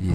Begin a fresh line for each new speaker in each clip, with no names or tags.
以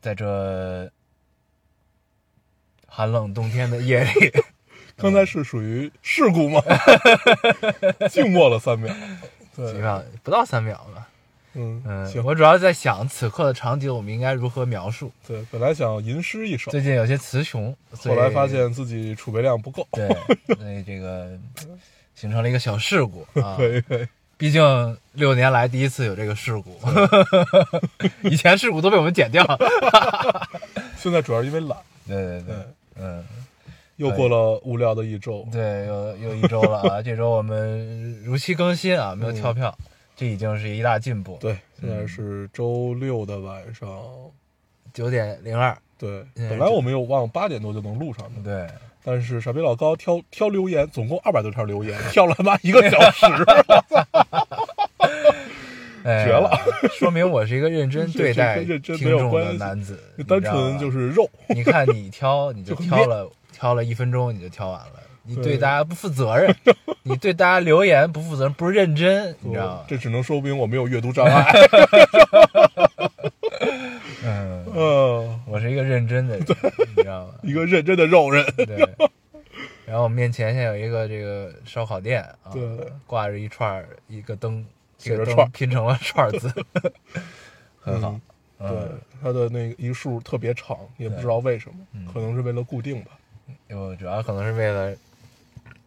在这寒冷冬天的夜 里，
刚才是属于事 故吗？静默了三秒。
几
对，
秒不到三秒吧。
嗯，
嗯，
行，
我主要在想此刻的场景，我们应该如何描述。
对，本来想吟诗一首，
最近有些词穷，所
嗯后
以
来发现自己储备量不够。
对，所以这个形成了一个小事故啊。
对对，
毕竟六年来第一次有这个事故，
嗯
以前事故都被我们剪 掉了。
现在主要是因为懒。
对对对
对，，
嗯。
又过了无聊的一周。
对，又又一周了啊！这周我们如期更新啊，没有跳票，这已经是一大进步。，
嗯对，现
嗯
在是周六的晚上。
九点零二，
对，
嗯
本来我们有望八点多就能录上的，
对，
但是傻逼老高挑挑留言，总共二百多条留言， 挑了他妈一个小时。
哎呀
绝了，
说明我是一个认 真对待
这这跟认真
听
没有
众
关
的
系
男子， 你知道吧
单纯就，是肉，
你看你挑，你就
就
挑了，挑了一分钟你就挑完了，你对
对
大家不负责任，你对大家留言不负责任，不认真，你知道吗？
这只能说明我没有阅读障碍。
嗯，
嗯，
我是一个认真的人，你知道吗？
一个认真的肉 人。
对，然后我们面前现在有一个这个烧烤店啊，
对
挂着一串儿一个灯，这个
写着
灯
串儿
拼成了串 儿字，很好。
嗯
嗯
对，它的那个一竖特别长，也不知道为什么，
嗯
可能是为了固定吧。
我主要可能是为了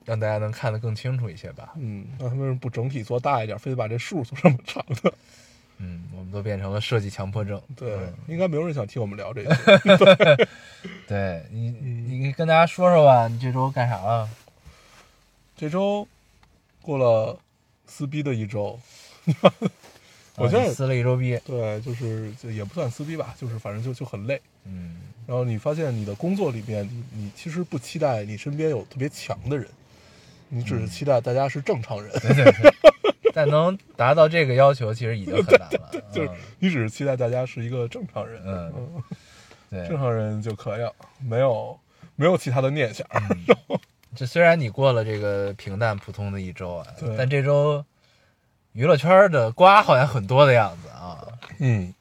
让大家能看得更清楚一些吧。
嗯，那他们不整体做大一点，非得把这竖做这么长的？
嗯，我们都变成了设计强迫症。
对，
嗯
应该没有人想听我们聊 这些。
对你，
嗯
你跟大家说说吧，你这周干啥了？
这周过了撕逼的 一周，我
啊
现在
你撕了一周逼。
对，就是就也不算撕逼吧，就是反正就就很累。
嗯，
然后你发现你的工作里面，你你其实不期待你身边有特别强的人，你只是期待大家是正常人。
对对对。但能达到这个要求，其实已经很难了。
就是你只是期待大家是一个正常人，
嗯
嗯，
嗯，
正
对。
常人就可以了，没有没有其他的念想。
这虽然你过了这个平淡普通的一周啊
对，
但这周娱乐圈的瓜好像很多的样子啊。
嗯，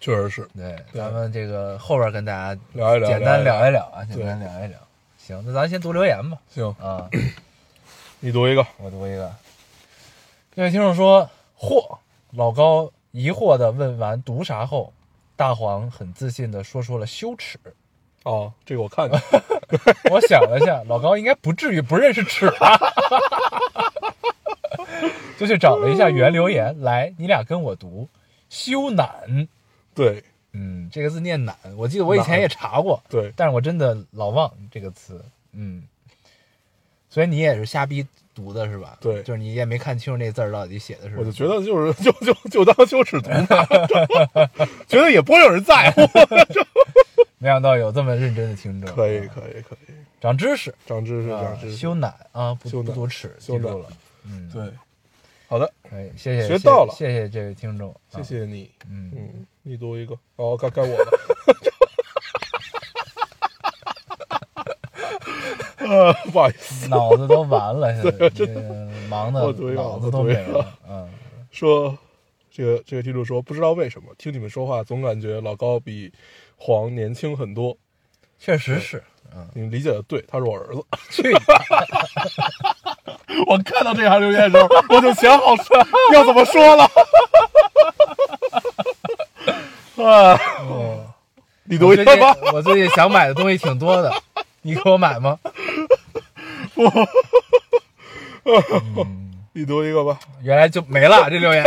确实是
对，
对
咱们这个后边跟大家
聊一聊，
简单
聊
聊
一
一聊啊，简单聊一聊。行，那咱先读留言吧。
行，
啊，
你读一个，
我读一个。这位听众说：“嚯，老高疑惑的问完读啥后，大黄很自信的说出了羞耻。
哦，这个我 看见，
我想了一下，老高应该不至于不认识尺吧， 就去找了一下原留言，来，你俩跟我读，羞赧，
对
嗯，这个字念赧，我记得我以前也查过，
对，
但是我真的老忘这个词，嗯，所以你也是瞎逼读的是吧？
对
就是你也没看清楚那字儿到底写的是什么，
我就觉得就是 就就就当羞耻读吧， 觉得也不会有人在乎。
没想到有这么认真的听众，
可以
啊
可以可以，
长知识，
长知识
啊
长知，识
羞，赧啊，不
羞赧
不读尺，
羞
记
赧
住了，嗯，
对，好的，
可以，谢谢，
学到了
谢谢谢谢这位听众，啊
谢谢你，
嗯，
嗯，你读一个，哦，该该我了。 呃，不好意 思，
脑子都完了，现在这忙的
我读一个
脑子都没
我读一个
了。嗯，
说这个这个听众说，不知道为什么听你们说话总感觉老高比黄年轻很多。
确实是。嗯，
你们理解的对，他是我儿子。
去你大
我看到这条留言的时候，我就想好 说要怎么说了。 啊，你读
我
一
最
个
近
吧。
我最近想买的东西挺多的，你给我买吗？
你读一个吧。
原来就没了这留 言。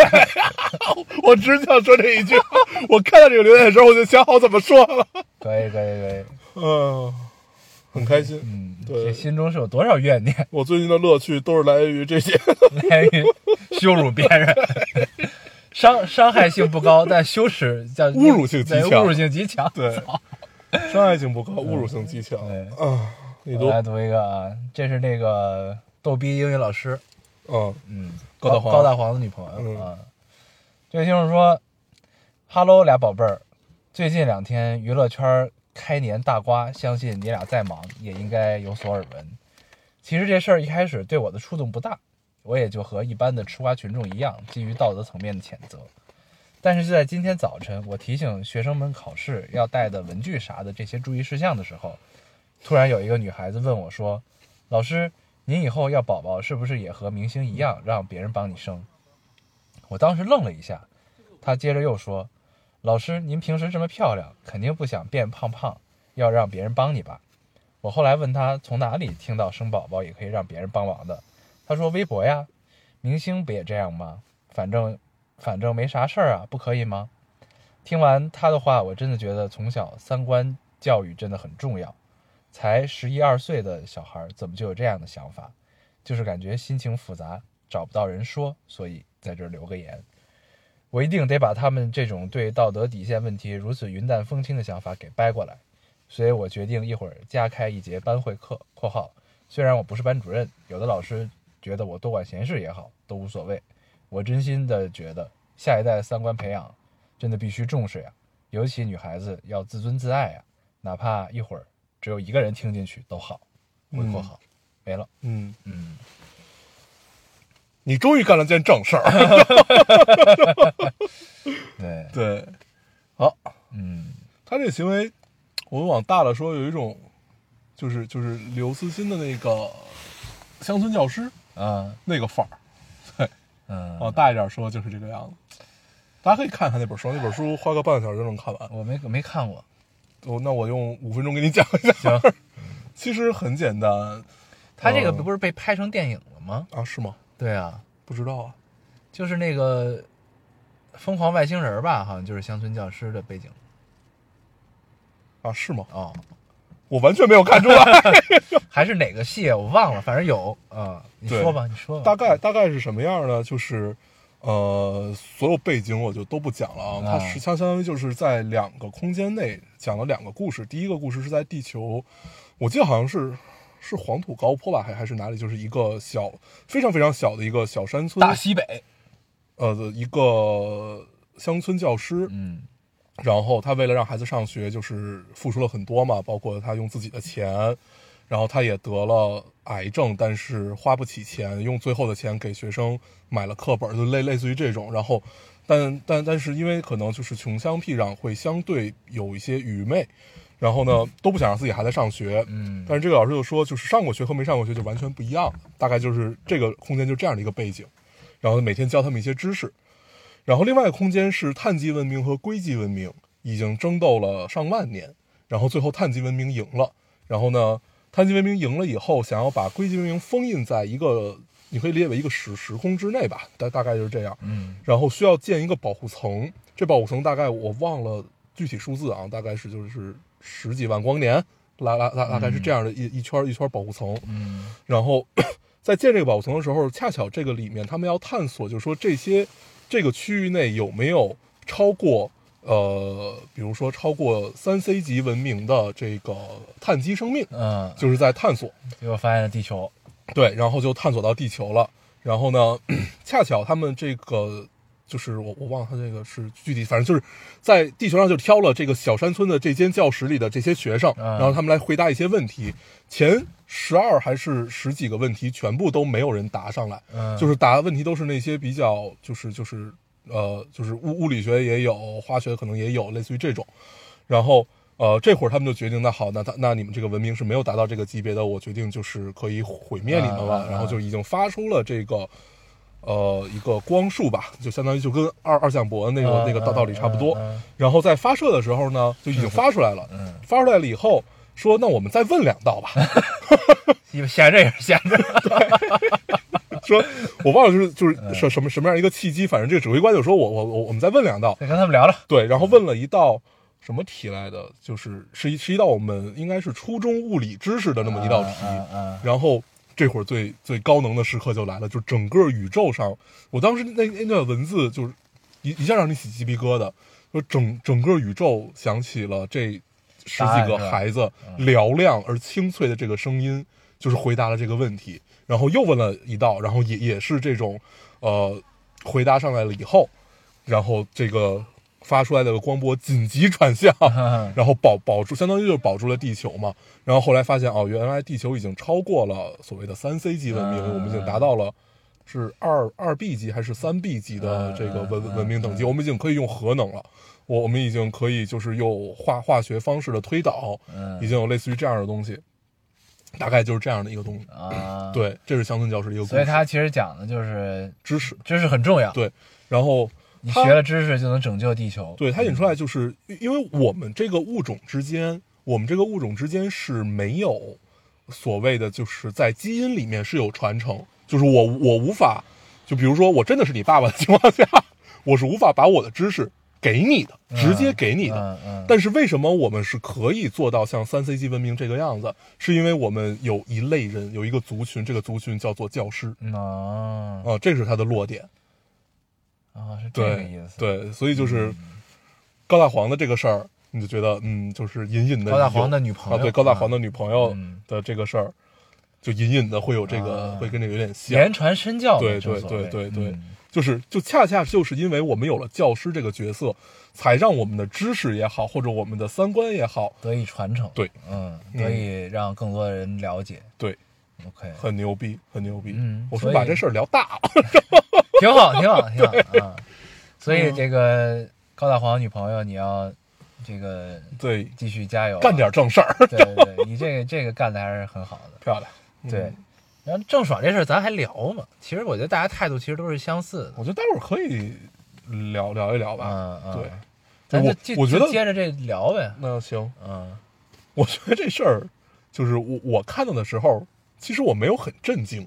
我只想说这一句。 我看到这个留言的时候，我就想好怎么说 了。
可以可以可以，
嗯，很开心。
嗯，这
对，
心 中是有多少怨念
我最近的乐趣都是来源于这些。
来 源于羞辱别人， 伤伤害性不高，但羞耻叫
侮辱性极强
对侮辱性极强。
对， 伤害性不高，侮辱性极强
对
啊！你
我
都
来读一个啊，这是那个逗逼英语老师，
嗯
嗯，
高大黄
高大黄的女朋友、
嗯
啊。这位听众说：“Hello，俩宝贝儿，最近两天娱乐圈开年大瓜，相信你俩再忙也应该有所耳闻。其实这事儿一开始对我的触动不大，我也就和一般的吃瓜群众一样，基于道德层面的谴责。但是就在今天早晨，我提醒学生们考试要带的文具啥的这些注意事项的时候，突然有一个女孩子问我说：‘老师，您以后要宝宝是不是也和明星一样让别人帮你生？我当时愣了一下，他接着又说：“老师，您平时这么漂亮，肯定不想变胖胖，要让别人帮你吧？”我后来问他从哪里听到生宝宝也可以让别人帮忙的，他说微博呀，明星不也这样吗？反正反正没啥事儿啊，不可以吗？听完他的话，我真的觉得从小三观教育真的很重要。才十一二岁的小孩儿怎么就有这样的想法？就是感觉心情复杂，找不到人说，所以在这儿留个言。我一定得把他们这种对道德底线问题如此云淡风轻的想法给掰过来，所以我决定一会儿加开一节班会课（括号虽然我不是班主任，有的老师觉得我多管闲事也好，都无所谓。我真心的觉得下一代三观培养真的必须重视呀，尤其女孩子要自尊自爱呀，哪怕一会儿只有一个人听进去都好。回括号、没了。
嗯，
嗯，
你终于干了件正事儿。
对，
对，好，
嗯
他这行为，我们往大了说，有一种就是就是刘慈欣的那个乡村教师
啊
那个范儿。
嗯，
往大一点说，就是这个样子。大家可以看看那本书，那本书花个半个小时就能看完。
我没没看过。
我那我用五分钟给你讲一下。
行，
其实很简单
他这个不是被拍成电影了吗？
啊，是吗？
对啊，
不知道哦啊。
就是那个疯狂外星人吧，好像就是乡村教师的背景
啊，是吗？
哦，
我完全没有看出来。
还是哪个戏啊我忘了，反正有啊、你
对
说吧，你说吧。
大概大概是什么样呢？就是，呃，所有背景我就都不讲了啊。它
啊
实相相当于就是在两个空间内讲了两个故事。第一个故事是在地球，我记得好像是是黄土高坡吧，还还是哪里，就是一个小非常非常小的一个小山村，
大西北，
呃的一个乡村教师。
嗯
然后他为了让孩子上学，就是付出了很多嘛，包括他用自己的钱，然后他也得了癌症，但是呃花不起钱，用最后的钱给学生买了课本，就类类似于这种。然后，但但但是因为可能就是穷乡僻壤，会相对有一些愚昧，然后呢都不想让自己孩子上学，
嗯
但是这个老师就说，就是上过学和没上过学就完全不一样，大概就是这个空间就这样的一个背景，然后每天教他们一些知识。然后另外一个空间是碳基文明和硅基文明已经争斗了上万年，然后最后碳基文明赢了。然后呢，碳基文明赢了以后，想要把硅基文明封印在一个，你可以理解为一个时时空之内吧，大大概就是这样。
嗯
然后需要建一个保护层，这保护层大概我忘了具体数字啊，大概是就是十几万光年，拉拉大大概是这样的一、一圈儿一圈儿保护层。
嗯
然后 在建这个保护层的时候，恰巧这个里面他们要探索，就是说这些这个区域内有没有超过呃，比如说超过三 C 级文明的这个碳基生命，
嗯，
就是在探索。
结果发现了地球，
对，然后就探索到地球了。然后呢，恰巧他们这个就是我我忘了他这个是具体，反正就是在地球上就挑了这个小山村的这间教室里的这些学生，
嗯
然后他们来回答一些问题。前十二还是十几个问题，全部都没有人答上来，
嗯，
就是答的问题都是那些比较就是就是呃就是物物理学也有，化学可能也有，类似于这种。然后呃，这会儿他们就决定，那好，那他那你们这个文明是没有达到这个级别的，我决定就是可以毁灭你们
啊啊
了。
啊
然后就已经发出了这个呃一个光束吧，就相当于就跟二二向箔那
嗯
个、那个道道理差不多。
嗯嗯
然后在发射的时候呢，就已经发出来了。
嗯
发出来了以后，说那我们再问两道吧。
你们闲着也是闲 着，
说我忘了就是就是什什么什么样一个契机，反正这个指挥官就说我我我我们再问两道。
得跟他们聊聊。
对，然后问了一道什么题来的，就是是一是一道我们应该是初中物理知识的那么一道题。
嗯嗯
然后这会儿最最高能的时刻就来了，就整个宇宙上，我当时那那段文字就是一一下让你起鸡皮疙瘩，说整整个宇宙响起了这十几
答案是
个
吧
孩子嘹亮而清脆的这个声音，就是回答了这个问题，然后又问了一道，然后也也是这种，呃，回答上来了以后，然后这个发出来的光波紧急 转向，然后保保住，相当于就是保住了地球嘛。然后后来发现哦，原来地球已经超过了所谓的三 C 级文明，
嗯
我们已经达到了是二二 B 级还是三 B 级的这个文、
嗯嗯
文明等级，我们已经可以用核能了。我我们已经可以就是用化化学方式的推导，
嗯
已经有类似于这样的东西，大概就是这样的一个东西。
啊，，
对，这是乡村教师的一个故事，
所以它其实讲的就是
知识。
知识很重要，
对然后
你
它
学了知识就能拯救地球，
对它引出来就是，因为我们这个物种之间，我们这个物种之间是没有所谓的，就是在基因里面是有传承，就是我我无法，就比如说我真的是你爸爸的情况下，我是无法把我的知识给你的，直接给你的。
嗯嗯，
但是为什么我们是可以做到像三 C 级文明这个样子？是因为我们有一类人，有一个族群，这个族群叫做教师
嗯哦
啊、这是它的落点。
哦是这个
对
意思，，嗯
对，所以就是高大黄的这个事儿，你就觉得嗯，就是隐隐的
高大黄的女朋
啊，
友，
对高大黄的女朋友
嗯
的这个事儿，就隐隐的会有这个
啊
会跟这个有点像，
言传身教嘛，
对
正所
对
谓
对对
嗯
就是就恰恰就是因为我们有了教师这个角色，才让我们的知识也好，或者我们的三观也好，
得以传承，
对，
嗯，
嗯
得以让更多人了解嗯
对，
，OK，
很牛逼，很牛逼。
嗯
我
所
说
以
把这事儿聊大了，
挺好，挺好，挺好啊。所
嗯
以这个高大黄女朋友，你要这个
对，
继续加油啊，
干点正事儿，
对对对，你这个这个干的还是很好的，
漂亮。嗯
对。然后郑爽这事儿咱还聊嘛？其实我觉得大家态度其实都是相似
我觉得待会儿可以聊聊一聊
的，嗯
吧。
嗯，
对，
咱就
我
就
我觉
就
得
接着这聊呗，
那行，
嗯
我觉得这事儿，就是我我看到的时候，其实我没有很震惊，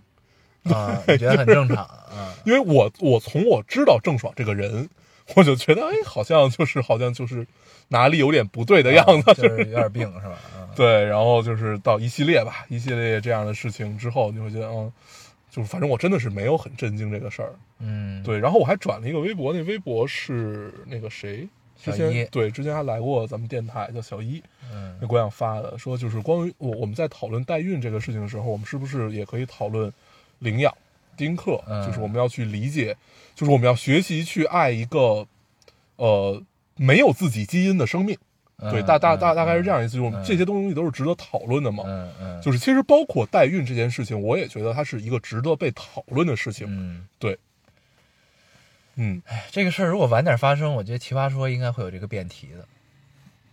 啊，我觉得很正 常啊，
因为我我从我知道郑爽这个人，我就觉得哎，好像就是好像就是哪里有点不对的样子，
啊就是有点病是吧？啊，
对，然后就是到一系列吧，一系列这样的事情之后，你会觉得嗯，就是反正我真的是没有很震惊这个事儿，
嗯，
对，然后我还转了一个微博，那微博是那个谁。之
小一
前对，之前还来过咱们电台，叫小一，
嗯
那郭阳发的，说就是关于我我们在讨论代孕这个事情的时候，我们是不是也可以讨论领养、丁克？
嗯
就是我们要去理解，就是我们要学习去爱一个呃没有自己基因的生命。对，
嗯
大大大
嗯
大概是这样一思，就是我
嗯
们这些东西都是值得讨论的嘛。
嗯嗯，
就是其实包括代孕这件事情，我也觉得它是一个值得被讨论的事情。
嗯，
对，嗯，
这个事儿如果晚点发生，我觉得《奇葩说》应该会有这个辩题的。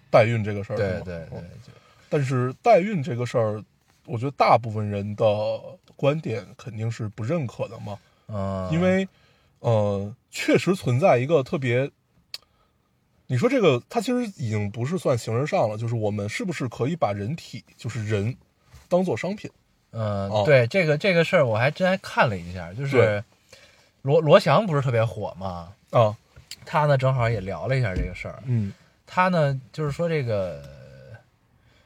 代孕这个事儿，
对对对
嗯，
就
但是代孕这个事儿，我觉得大部分人的观点肯定是不认可的嘛，
嗯，
哦因为，呃，确实存在一个特别，你说这个它其实已经不是算形而上了，就是我们是不是可以把人体就是人当做商品？
嗯，
哦
对这个这个事儿，我还真还看了一下，就是
对
罗罗翔不是特别火嘛，
啊，
他呢正好也聊了一下这个事儿，
嗯
他呢就是说这个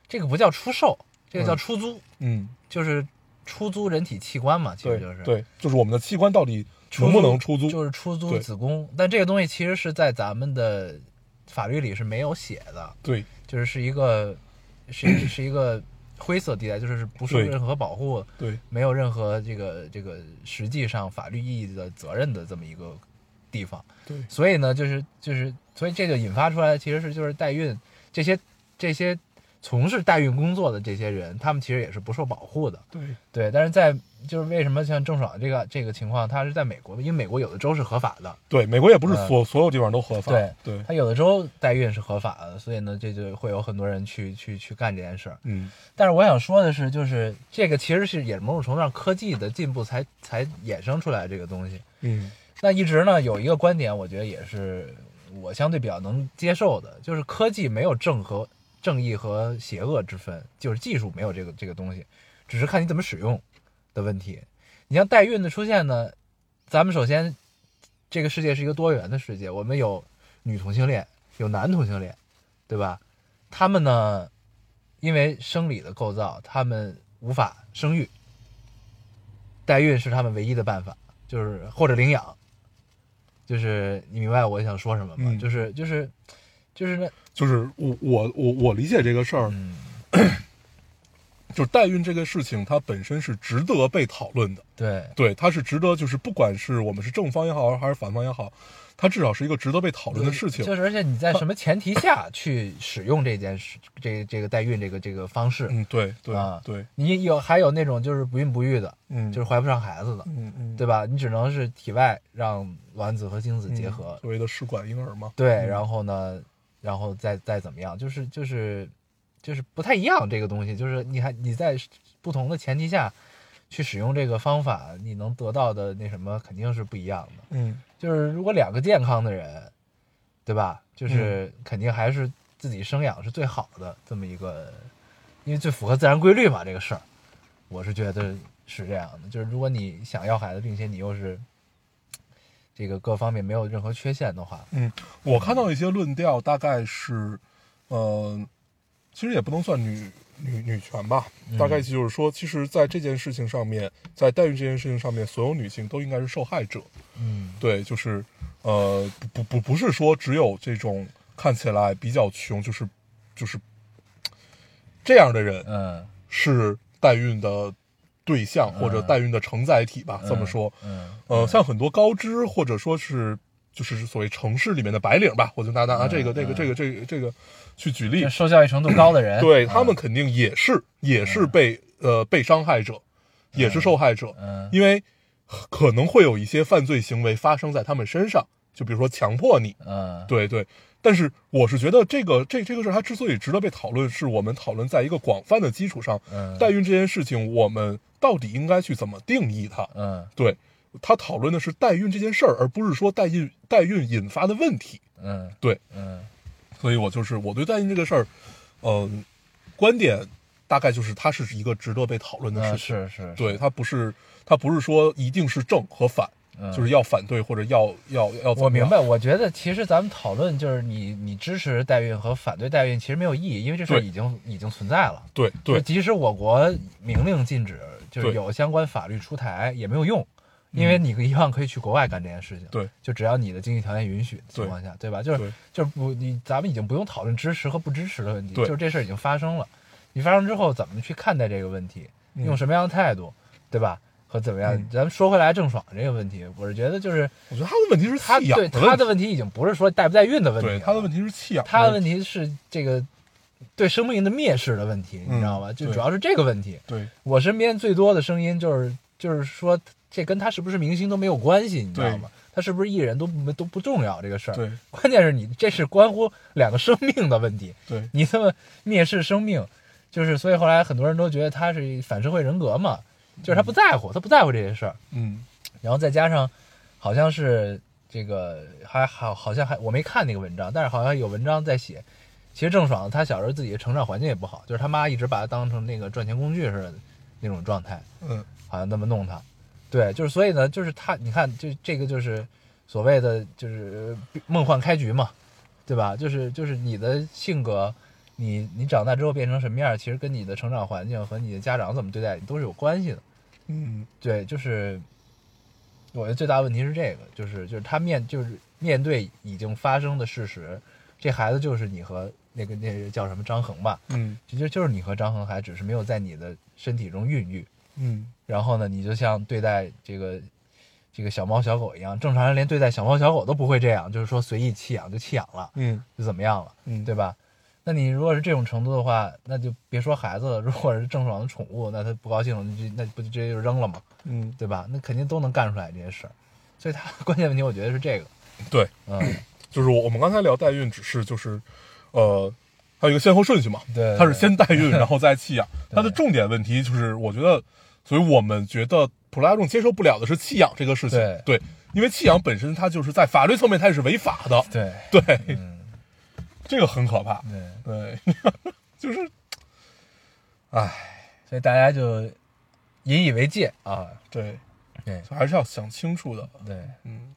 这个不叫出售，这个叫
嗯
出租，
嗯，
就是出租人体器官嘛，其
对
实就是
对，就是我们的器官到底
出
能
租
不能出租？
就是出租
对
子宫，但这个东西其实是在咱们的法律里是没有写的，
对
就是是一个是是一个灰色地带，就是不受
对
任何保护，
对
没有任何这个这个实际上法律意义的责任的这么一个地方。
对
所以呢，就是就是，所以这就引发出来，其实是就是代孕这些这些从事代孕工作的这些人，他们其实也是不受保护的。
对
对，但是在就是为什么像郑爽这个这个情况，她是在美国的，因为美国有的州是合法的，
对，美国也不是
嗯
所所有地方都合法。
对
对，
它有的州代孕是合法的，所以呢，这就会有很多人去去去干这件事儿。
嗯
但是我想说的是，就是这个其实是也某种程度上科技的进步才才衍生出来这个东西。
嗯
那一直呢有一个观点，我觉得也是我相对比较能接受的，就是科技没有正和正义和邪恶之分，就是技术没有这个这个东西，只是看你怎么使用的问题。你像代孕的出现呢，咱们首先这个世界是一个多元的世界，我们有女同性恋，有男同性恋，对吧？他们呢，因为生理的构造，他们无法生育，代孕是他们唯一的办法，就是或者领养，就是你明白我想说什么吗？
嗯
就是就是就是那
就是我我我我理解这个事儿，
嗯，
就是代孕这个事情，它本身是值得被讨论的。
对，
对，它是值得，就是不管是我们是正方也好，还是反方也好，它至少是一个值得被讨论的事情。啊
就是而且你在什么前提下去使用这件事，这这个代孕这个这个方式，
嗯，对对、
啊
对，
你有还有那种就是不孕不育的，
嗯，
就是怀不上孩子的，
嗯嗯，
对吧？你只能是体外让卵子和精子
嗯
结合，
所谓的试管婴儿嘛。嗯
对，然后呢，然后再再怎么样，就是就是就是不太一样这个东西，就是你还你在不同的前提下去使用这个方法，你能得到的那什么肯定是不一样的。
嗯，
就是如果两个健康的人，对吧？
嗯
就是肯定还是自己生养是最好的这么一个，因为最符合自然规律嘛，这个事儿，我是觉得是这样的。就是如果你想要孩子，并且你又是这个各方面没有任何缺陷的话，
我看到一些论调，大概是，呃，其实也不能算女女女权吧，
嗯
大概就是说，其实，在这件事情上面，在代孕这件事情上面，所有女性都应该是受害者。
嗯
对，就是，呃，不不不不是说只有这种看起来比较穷，就是就是这样的人
嗯
是代孕的对象或者
嗯
代孕的承载体吧，这么说。
嗯
呃，像很多高知或者说是就是所谓城市里面的白领吧，我就拿拿
嗯
拿这个这个这个这个这个去举例
就，嗯受教育程度高的人，
对
嗯
他们，肯定也是也是被呃被伤害者，也是受害者，
嗯
因为可能会有一些犯罪行为发生在他们身上，就比如说强迫你，
嗯，
对对。但是我是觉得这个这这个事儿它之所以值得被讨论，是我们讨论在一个广泛的基础上，
嗯
代孕这件事情我们到底应该去怎么定义它？
嗯
对他讨论的是代孕这件事儿，而不是说代孕代孕引发的问题。
嗯，
对，
嗯
所以我就是我对代孕这个事儿，嗯、观点大概就是它是一个值得被讨论的
嗯
事
是
情。
是，
对，它不是它不是说一定是正和反，
嗯
就是要反对或者要要要怎么样
我明白，，我觉得其实咱们讨论就是你你支持代孕和反对代孕其实没有意义，因为这事儿
对
已经已经存在了。
对
就
对，
即使我国明令禁止，就是
对嗯
有相关法律出台也没有用，因为你一样可以去国外干这件事情。
对，
就只要你的经济条件允许的情况下，对吧？就是
对
就是不你咱们已经不用讨论支持和不支持的问题，
对
就是这事儿已经发生了，你发生之后怎么去看待这个问题，
嗯
用什么样的态度，对吧？和怎么样？
嗯
咱们说回来郑爽这个问题，我是觉得就是。
我觉得他的问题是
他
弃养
对他
的问
的
题，
问题已经不是说带不带孕的问题了，
对他的问题是弃养，
他的问
题，
题是这个对生命的蔑视的问题，
嗯
你知道吧？就
对
主要是这个问题。
对
我身边最多的声音就是就是说，这跟他是不是明星都没有关系，你知道吗？他是不是艺人都没都不重要这个事儿。
对
关键是你这是关乎两个生命的问题，
对
你这么蔑视生命，就是所以后来很多人都觉得他是反社会人格嘛，就是他不在乎，他不在乎这些事儿。
嗯
然后再加上好像是这个还好，好像还我没看那个文章，但是好像有文章在写，其实郑爽她小时候自己的成长环境也不好，就是她妈一直把她当成那个赚钱工具似的那种状态，
嗯
好像那么弄她。对，就是所以呢，就是她，你看，就这个就是所谓的就是呃梦幻开局嘛，对吧？就是就是你的性格。你你长大之后变成什么样，其实跟你的成长环境和你的家长怎么对待你都是有关系的。
嗯
对，就是我觉得最大的问题是这个，就是就是他面就是面对已经发生的事实，这孩子就是你和那个那个叫什么张恒吧，
嗯
其实就是你和张恒还只是没有在你的身体中孕育，
嗯
然后呢，你就像对待这个这个小猫小狗一样，正常人连对待小猫小狗都不会这样，就是说随意弃养就弃养了，
嗯
就怎么样了。
嗯，
对吧？那你如果是这种程度的话，那就别说孩子了。如果是郑爽的宠物，那他不高兴了，那就那不就直接就扔了吗？
嗯
对吧？那肯定都能干出来这些事儿。所以他关键问题，我觉得是这个。
对，
嗯，
就是我我们刚才聊代孕，只是就是，呃，它有一个先后顺序嘛，
对
它是先代孕，然后再弃养。
对
它的重点问题就是，我觉得，所以我们觉得普罗大众接受不了的是弃养这个事情，
对
因为弃养本身它就是在法律层面它也是违法的，
对
对，这个很可怕，
对，
对， 就是，唉，
所以大家就引以为戒啊。
对，
对
还是要想清楚的，
对，
嗯，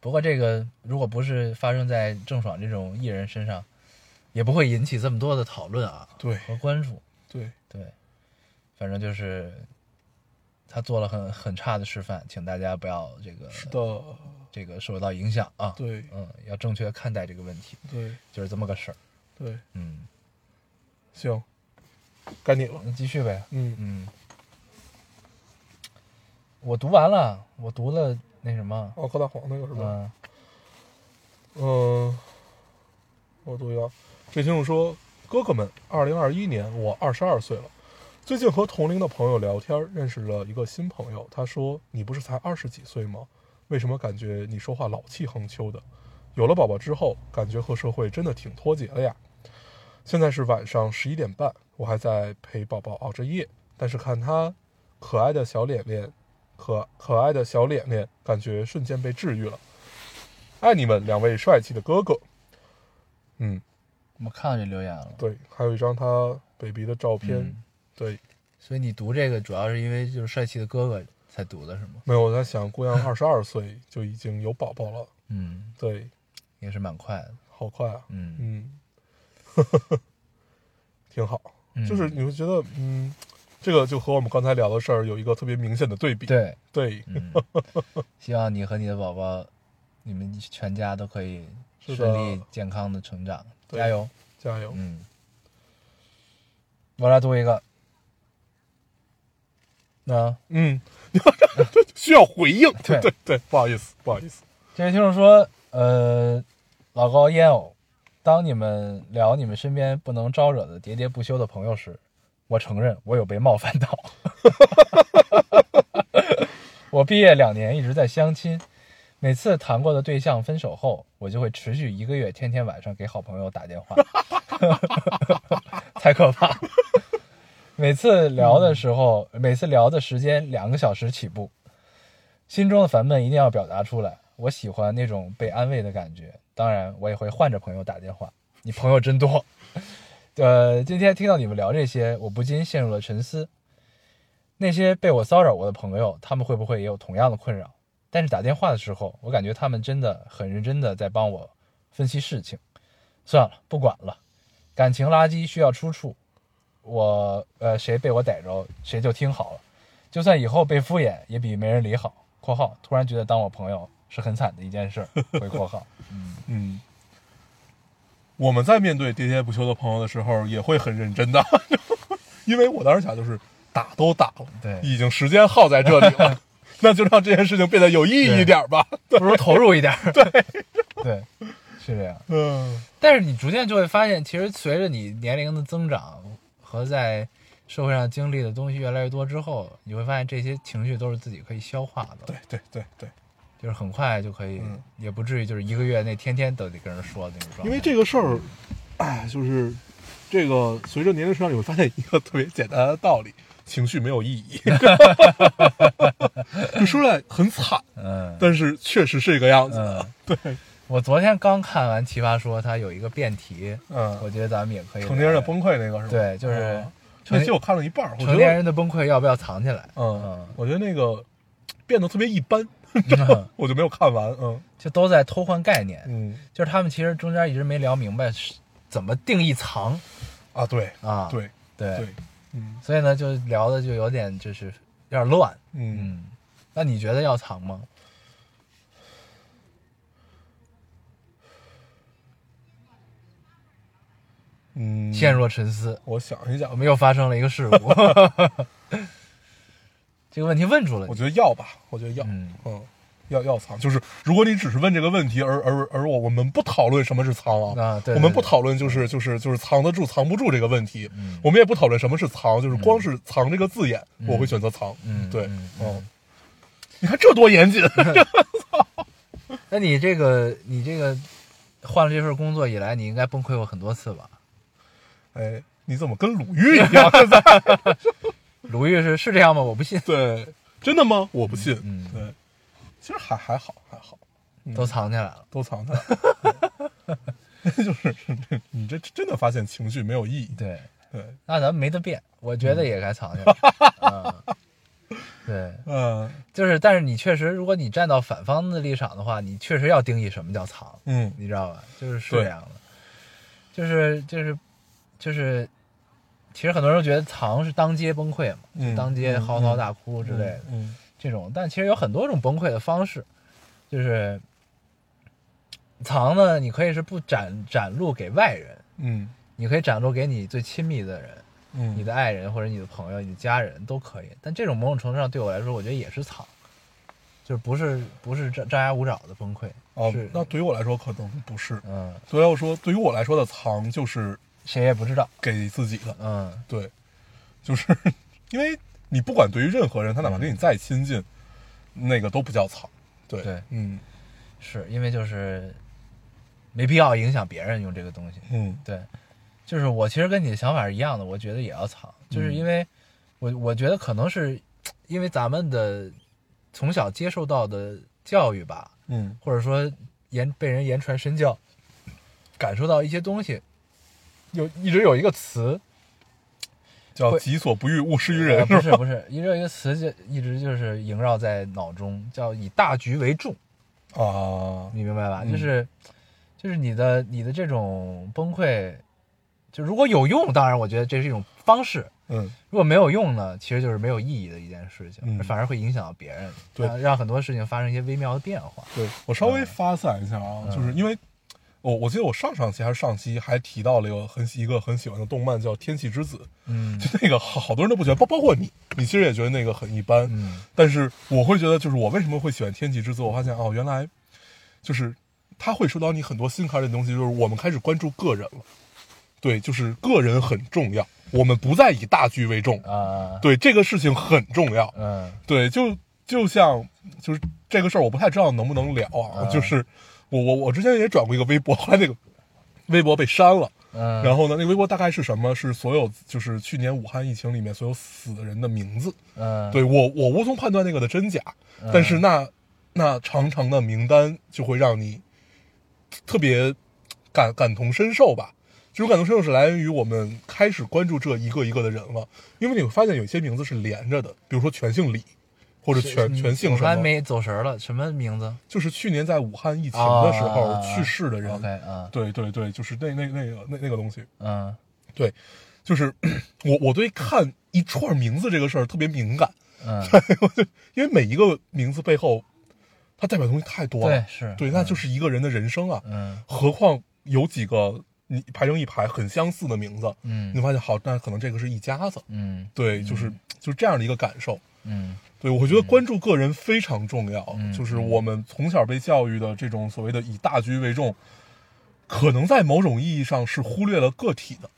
不过这个如果不是发生在郑爽这种艺人身上，也不会引起这么多的讨论啊
对
和关注。
对，
对，反正就是他做了很很差的示范，请大家不要这个
是的，
这个受到影响啊。
对
嗯，要正确看待这个问题，
对
就是这么个事儿。
对，
嗯，
行，该你了。
那继续呗。
嗯
嗯，我读完了，我读了那什么，
哦，高大黄那个是吧？
嗯，
嗯，我读一个，啊这听众说：“哥哥们，二零二一年我二十二岁了，最近和同龄的朋友聊天，认识了一个新朋友。他说：‘你不是才二十几岁吗？为什么感觉你说话老气横秋的？’有了宝宝之后，感觉和社会真的挺脱节了呀。现在是晚上十一点半，我还在陪宝宝熬着夜，但是看他可爱的小脸脸，可可爱的小脸脸，感觉瞬间被治愈了。”爱你们两位帅气的哥哥。嗯，
我看到这留言了。
对，还有一张他 baby 的照片。
嗯
对，
所以你读这个主要是因为就是帅气的哥哥才读的是吗？
没有，我在想，姑娘二十二岁就已经有宝宝了，
嗯，
对，
也是蛮快的。
好快啊，
嗯，
嗯， 挺好。
嗯
就是你会觉得，嗯，这个就和我们刚才聊的事儿有一个特别明显的对比。
对，
对，
嗯，希望你和你的宝宝，你们全家都可以
是的
顺利健康的成长，
对
加油！
加油。
嗯，我来读一个。那、
嗯， 需要回应。
对
对对，不好意思，不好意思。
这位听众说，呃，老高烟偶，当你们聊你们身边不能招惹的喋喋不休的朋友时，我承认我有被冒犯到。 我毕业两年一直在相亲，每次谈过的对象分手后，我就会持续一个月，天天晚上给好朋友打电话， 太可怕了。每次聊的时候，每次聊的时间两个小时起步，心中的烦闷一定要表达出来。我喜欢那种被安慰的感觉，当然我也会换着朋友打电话。你朋友真多。 呃，今天听到你们聊这些，我不禁陷入了沉思。那些被我骚扰过的朋友，他们会不会也有同样的困扰？但是打电话的时候，我感觉他们真的很认真的在帮我分析事情。算了，不管了，感情垃圾需要出处。我呃，谁被我逮着，谁就听好了。就算以后被敷衍，也比没人理好。（括号突然觉得当我朋友是很惨的一件事儿。）回括号，
嗯，我们在面对喋喋不休的朋友的时候，也会很认真的， 因为我当时想就是打都打了，
对
已经时间耗在这里 了， 那就让这件事情变得有意义一点吧。对，
不如投入一点。对对，是这样。
嗯，
但是你逐渐就会发现，其实随着你年龄的增长和在社会上经历的东西越来越多之后，你会发现这些情绪都是自己可以消化的
对，对对对，
就是很快就可以，
嗯
也不至于就是一个月内天天都得跟人说那种状态。
因为这个事儿， 哎，就是这个随着年龄成长，你会发现一个特别简单的道 理：情绪没有意 义。就说出来很惨，
嗯
但是确实是这个样子的。
嗯，对。我昨天刚看完《奇葩说》，它有一个辩题，
嗯
我觉得咱们也可以
成年人的
聊
崩溃那个是吧？
对，就是
嗯
成
那期我看了一半儿，我觉
哎成年
得，
人的崩溃要不要藏起来？
嗯，我觉得那个变得特别一般，
嗯，
我就没有看完。嗯
就都在偷换概念，
嗯
就是他们其实中间一直没聊明白是怎么定义藏
啊，对
啊。
对
对
对，嗯
所以呢，就聊的就有点就是有点乱。
嗯，
嗯，那你觉得要藏吗？
嗯
陷入了沉思，
我想一想
我，们又发生了一个事故。 这个问题问出了
我
你，
觉得要吧，我觉得要，
嗯
嗯，要要藏，就是如果你只是问这个问题，而而而我我们不讨论什么是藏
啊对对
我们不
对
讨论就是就是就是藏得住藏不住这个问题
嗯，
我们也不讨论什么是藏，就是光是藏这个字眼，我会选择藏。
嗯
对
嗯，
嗯，你看这多严谨，
那你这个你这个换了这份工作以来，你应该崩溃过很多次吧？
哎，你怎么跟鲁豫一 样？现在
鲁豫是是这样吗？我不信，
对， 真的吗？我不信。
嗯嗯
对，其实还还好，还好，
都藏起来了。
都藏起 来。对 就是你这真的发现情绪没有意义。
对，
对，
那咱们没得变，我觉得也该藏起 来。嗯，对，
嗯
就是，但是你确实，如果你站到反方的立场的话，你确实要定义什么叫藏，
嗯，
你知道吧？就是是
对
这样的，就是就是就是其实很多人觉得藏是当街崩溃嘛，
嗯
就当街嚎啕大哭之类的、
嗯
这种，但其实有很多种崩溃的方式，就是藏呢，你可以是不展展露给外人，
嗯
你可以展露给你最亲密的人，
嗯，
你的爱人或者你的朋友、你的家人都可以。但这种某种程度上对我来说，我觉得也是藏，就是不是不是张张牙舞爪的崩溃，
哦
是，
那对于我来说可能不是，
嗯，
所以要说对于我来说的藏就是
谁也不知道，
给自己的，
嗯，
对，就是 因为你不管对于任何人，他
嗯
哪怕跟你再亲近，那个都不叫藏，对，
对
嗯
是因为就是没必要影响别人用这个东西。
嗯
对，就是我其实跟你的想法是一样的，我觉得也要藏，就是
嗯
因为我我觉得可能是因为咱们的从小接受到的教育吧，
嗯
或者说言被人言传身教，感受到一些东西，有一直有一个词，
叫
会
己所不欲，勿施于
呃
人，
不
是
是
吧？
不是，一直有一个词就一直就是萦绕在脑中，叫以大局为重。
啊，
你明白吧？
嗯
就是就是你的你的这种崩溃，就如果有用，当然我觉得这是一种方式；
嗯，
如果没有用呢，其实就是没有意义的一件事情，
嗯
反而会影响到别人，
对
让让很多事情发生一些微妙的变化。
对我稍微发散一下啊，就是因为我我记得我上上期还是上期还提到了一个很喜一个很喜欢的动漫叫《天气之子》，
嗯
就那个好好多人都不觉得，包包括你，你其实也觉得那个很一般，
嗯
但是我会觉得，就是我为什么会喜欢《天气之子》，我发现哦，原来就是他会说到你很多心坎里的东西，就是我们开始关注个人了，对，就是个人很重要，我们不再以大局为重，
啊
对这个事情很重要，
嗯
对，就就像就是这个事儿，我不太知道能不能聊啊。
嗯
就是我我我之前也转过一个微博，后来那个微博被删了。
嗯，
然后呢，那个微博大概是什么？是所有就是去年武汉疫情里面所有死的人的名字。
嗯
对我我无从判断那个的真假，但是那那长长的名单就会让你特别感感同身受吧。这种感同身受是来源于我们开始关注这一个一个的人了，因为你会发现有些名字是连着的，比如说全姓李，或者全
嗯
全姓
我
什
刚才
么，
没走神儿了，什么名字
就是去年在武汉疫情的时候
啊
去世的人
？OK，。啊
对对对，就是那那那个那那个东西，
嗯
对，就是 我我对看一串名字这个事儿特别敏感，
嗯，
因为每一个名字背后，它代表的东西太多了。
对是，
对，那就是一个人的人生啊。
嗯
何况有几个你排成一排很相似的名字，你
嗯
发现好，那可能这个是一家子。
嗯
对，就是就是这样的一个感受。
嗯
对，我觉得关注个人非常重要。
嗯
就是我们从小被教育的这种所谓的以大局为重，可能在某种意义上是忽略了个体的。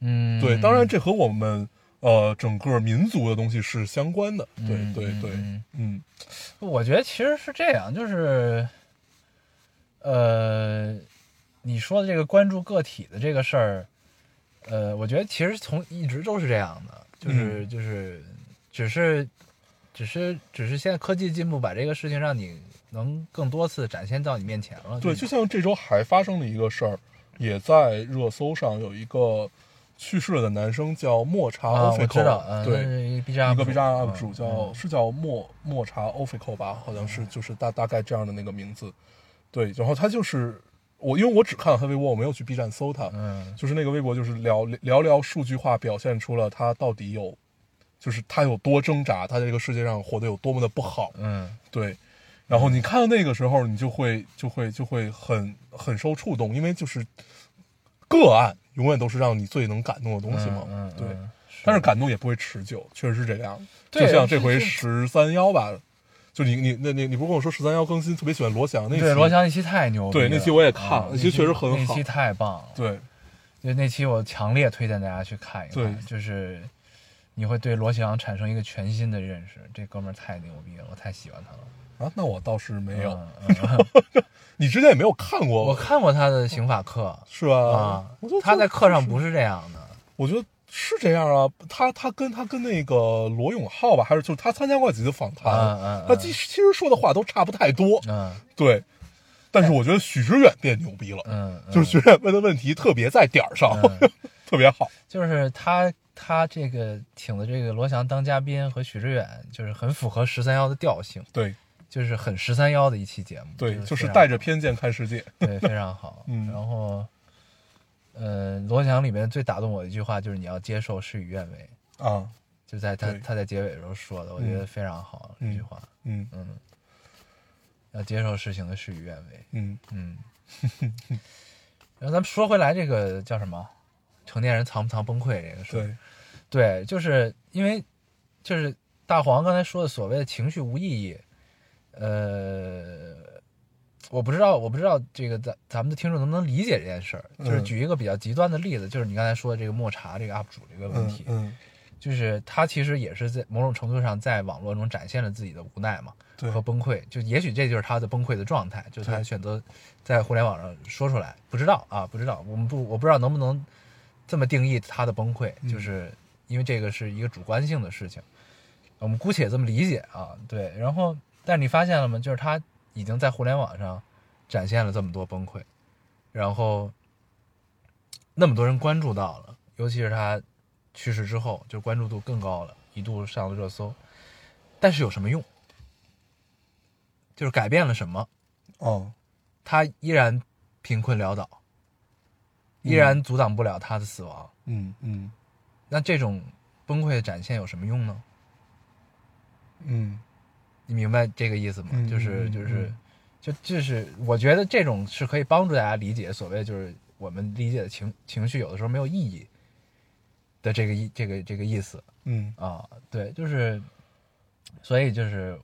嗯，
对，当然这和我们呃整个民族的东西是相关的。对
嗯
对
嗯
对，
嗯
嗯
我觉得其实是这样，就是，呃，你说的这个关注个体的这个事儿，呃，我觉得其实从一直都是这样的，
嗯
就是、就是，只是，只是只是现在科技进步，把这个事情让你能更多次展现到你面前了。
对，
就
就像这周还发生了一个事儿，也在热搜上有一个去世了的男生叫抹茶
啊，
欧
我
菲
知
蔻，
道，嗯，那
对，
是一个 B
一
站
个 B 站 UP 主
嗯
叫、是叫抹抹茶欧菲蔻吧，好像是就是大大概这样的那个名字，对，然后他就是我，因为我只看了他微博，我没有去 B 站搜他，
嗯
就是那个微博就是聊聊聊数据化表现出了他到底有，就是他有多挣扎，他在这个世界上活得有多么的不好，
嗯
对，然后你看到那个时候，你就会就会就会很很受触动，因为就是个案永远都是让你最能感动的东西嘛。
嗯嗯
对，
嗯
但是感动也不会持久，确实是这样。
对
就像这回
是
十三幺吧，就你你那你你不是跟我说十三幺更新特别喜欢罗翔那期？
对罗翔那期太牛逼了，
对那期我也看了
嗯
那期确实很
那
好
期太棒了。
对
就那期我强烈推荐大家去看一看，
对
就是你会对罗翔产生一个全新的认识。这哥们儿太牛逼了，我太喜欢他了。
啊，那我倒是没有，
嗯嗯嗯
你之前也没有看过，
我看过他的刑法课
是吧？
啊
哦我觉得，
他在课上
是。
不是这样的。
我觉得是这样啊，他他跟他跟那个罗永浩吧，还是就是他参加过几次访谈，
嗯嗯嗯
那其实其实说的话都差不太多，
嗯
对。但是我觉得许知远变牛逼了，
嗯，嗯
就是许知远问的问题特别在点儿上，
嗯
特别好。
就是他他这个请的这个罗翔当嘉宾和许知远，就是很符合十三幺的调性，
对
就是很十三幺的一期节目。
对，就是
非常
带着偏见看世界。
对，非常好。
嗯
然后，呃，罗翔里面最打动我的一句话就是你要接受事与愿违，
啊，
就在他
对
他在结尾的时候说的，我觉得
嗯
非常好、
嗯
这句话，
嗯
嗯，要接受事情的事与愿违，
嗯
嗯。 然后咱们说回来，这个叫什么？成年人藏不藏崩溃这个事儿？
对，
对，就是因为就是大黄刚才说的所谓的情绪无意义，呃，我不知道，我不知道这个咱咱们的听众能不能理解这件事儿。就是
嗯
举一个比较极端的例子，就是你刚才说的这个抹茶这个 UP 主这个问
嗯
题，
嗯，
就是他其实也是在某种程度上在网络中展现了自己的无奈嘛
对
和崩溃，就也许这就是他的崩溃的状态，就是他
对
选择在互联网上说出来，不知道啊，不知道，我们不我不知道能不能这么定义他的崩溃，
嗯
就是因为这个是一个主观性的事情，我们姑且这么理解啊，对，然后但你发现了吗？就是他已经在互联网上展现了这么多崩溃，然后那么多人关注到了，尤其是他去世之后，就关注度更高了，一度上了热搜。但是有什么用？就是改变了什么？
哦，
他依然贫困潦倒，依然阻挡不了他的死亡。
嗯嗯
那这种崩溃的展现有什么用呢？
嗯
你明白这个意思吗？
嗯
就是
嗯嗯
就是
嗯，
就就是，我觉得这种是可以帮助大家理解所谓就是我们理解的情情绪有的时候没有意义的这个意这个这个意思
嗯
啊，对，就是，所以就是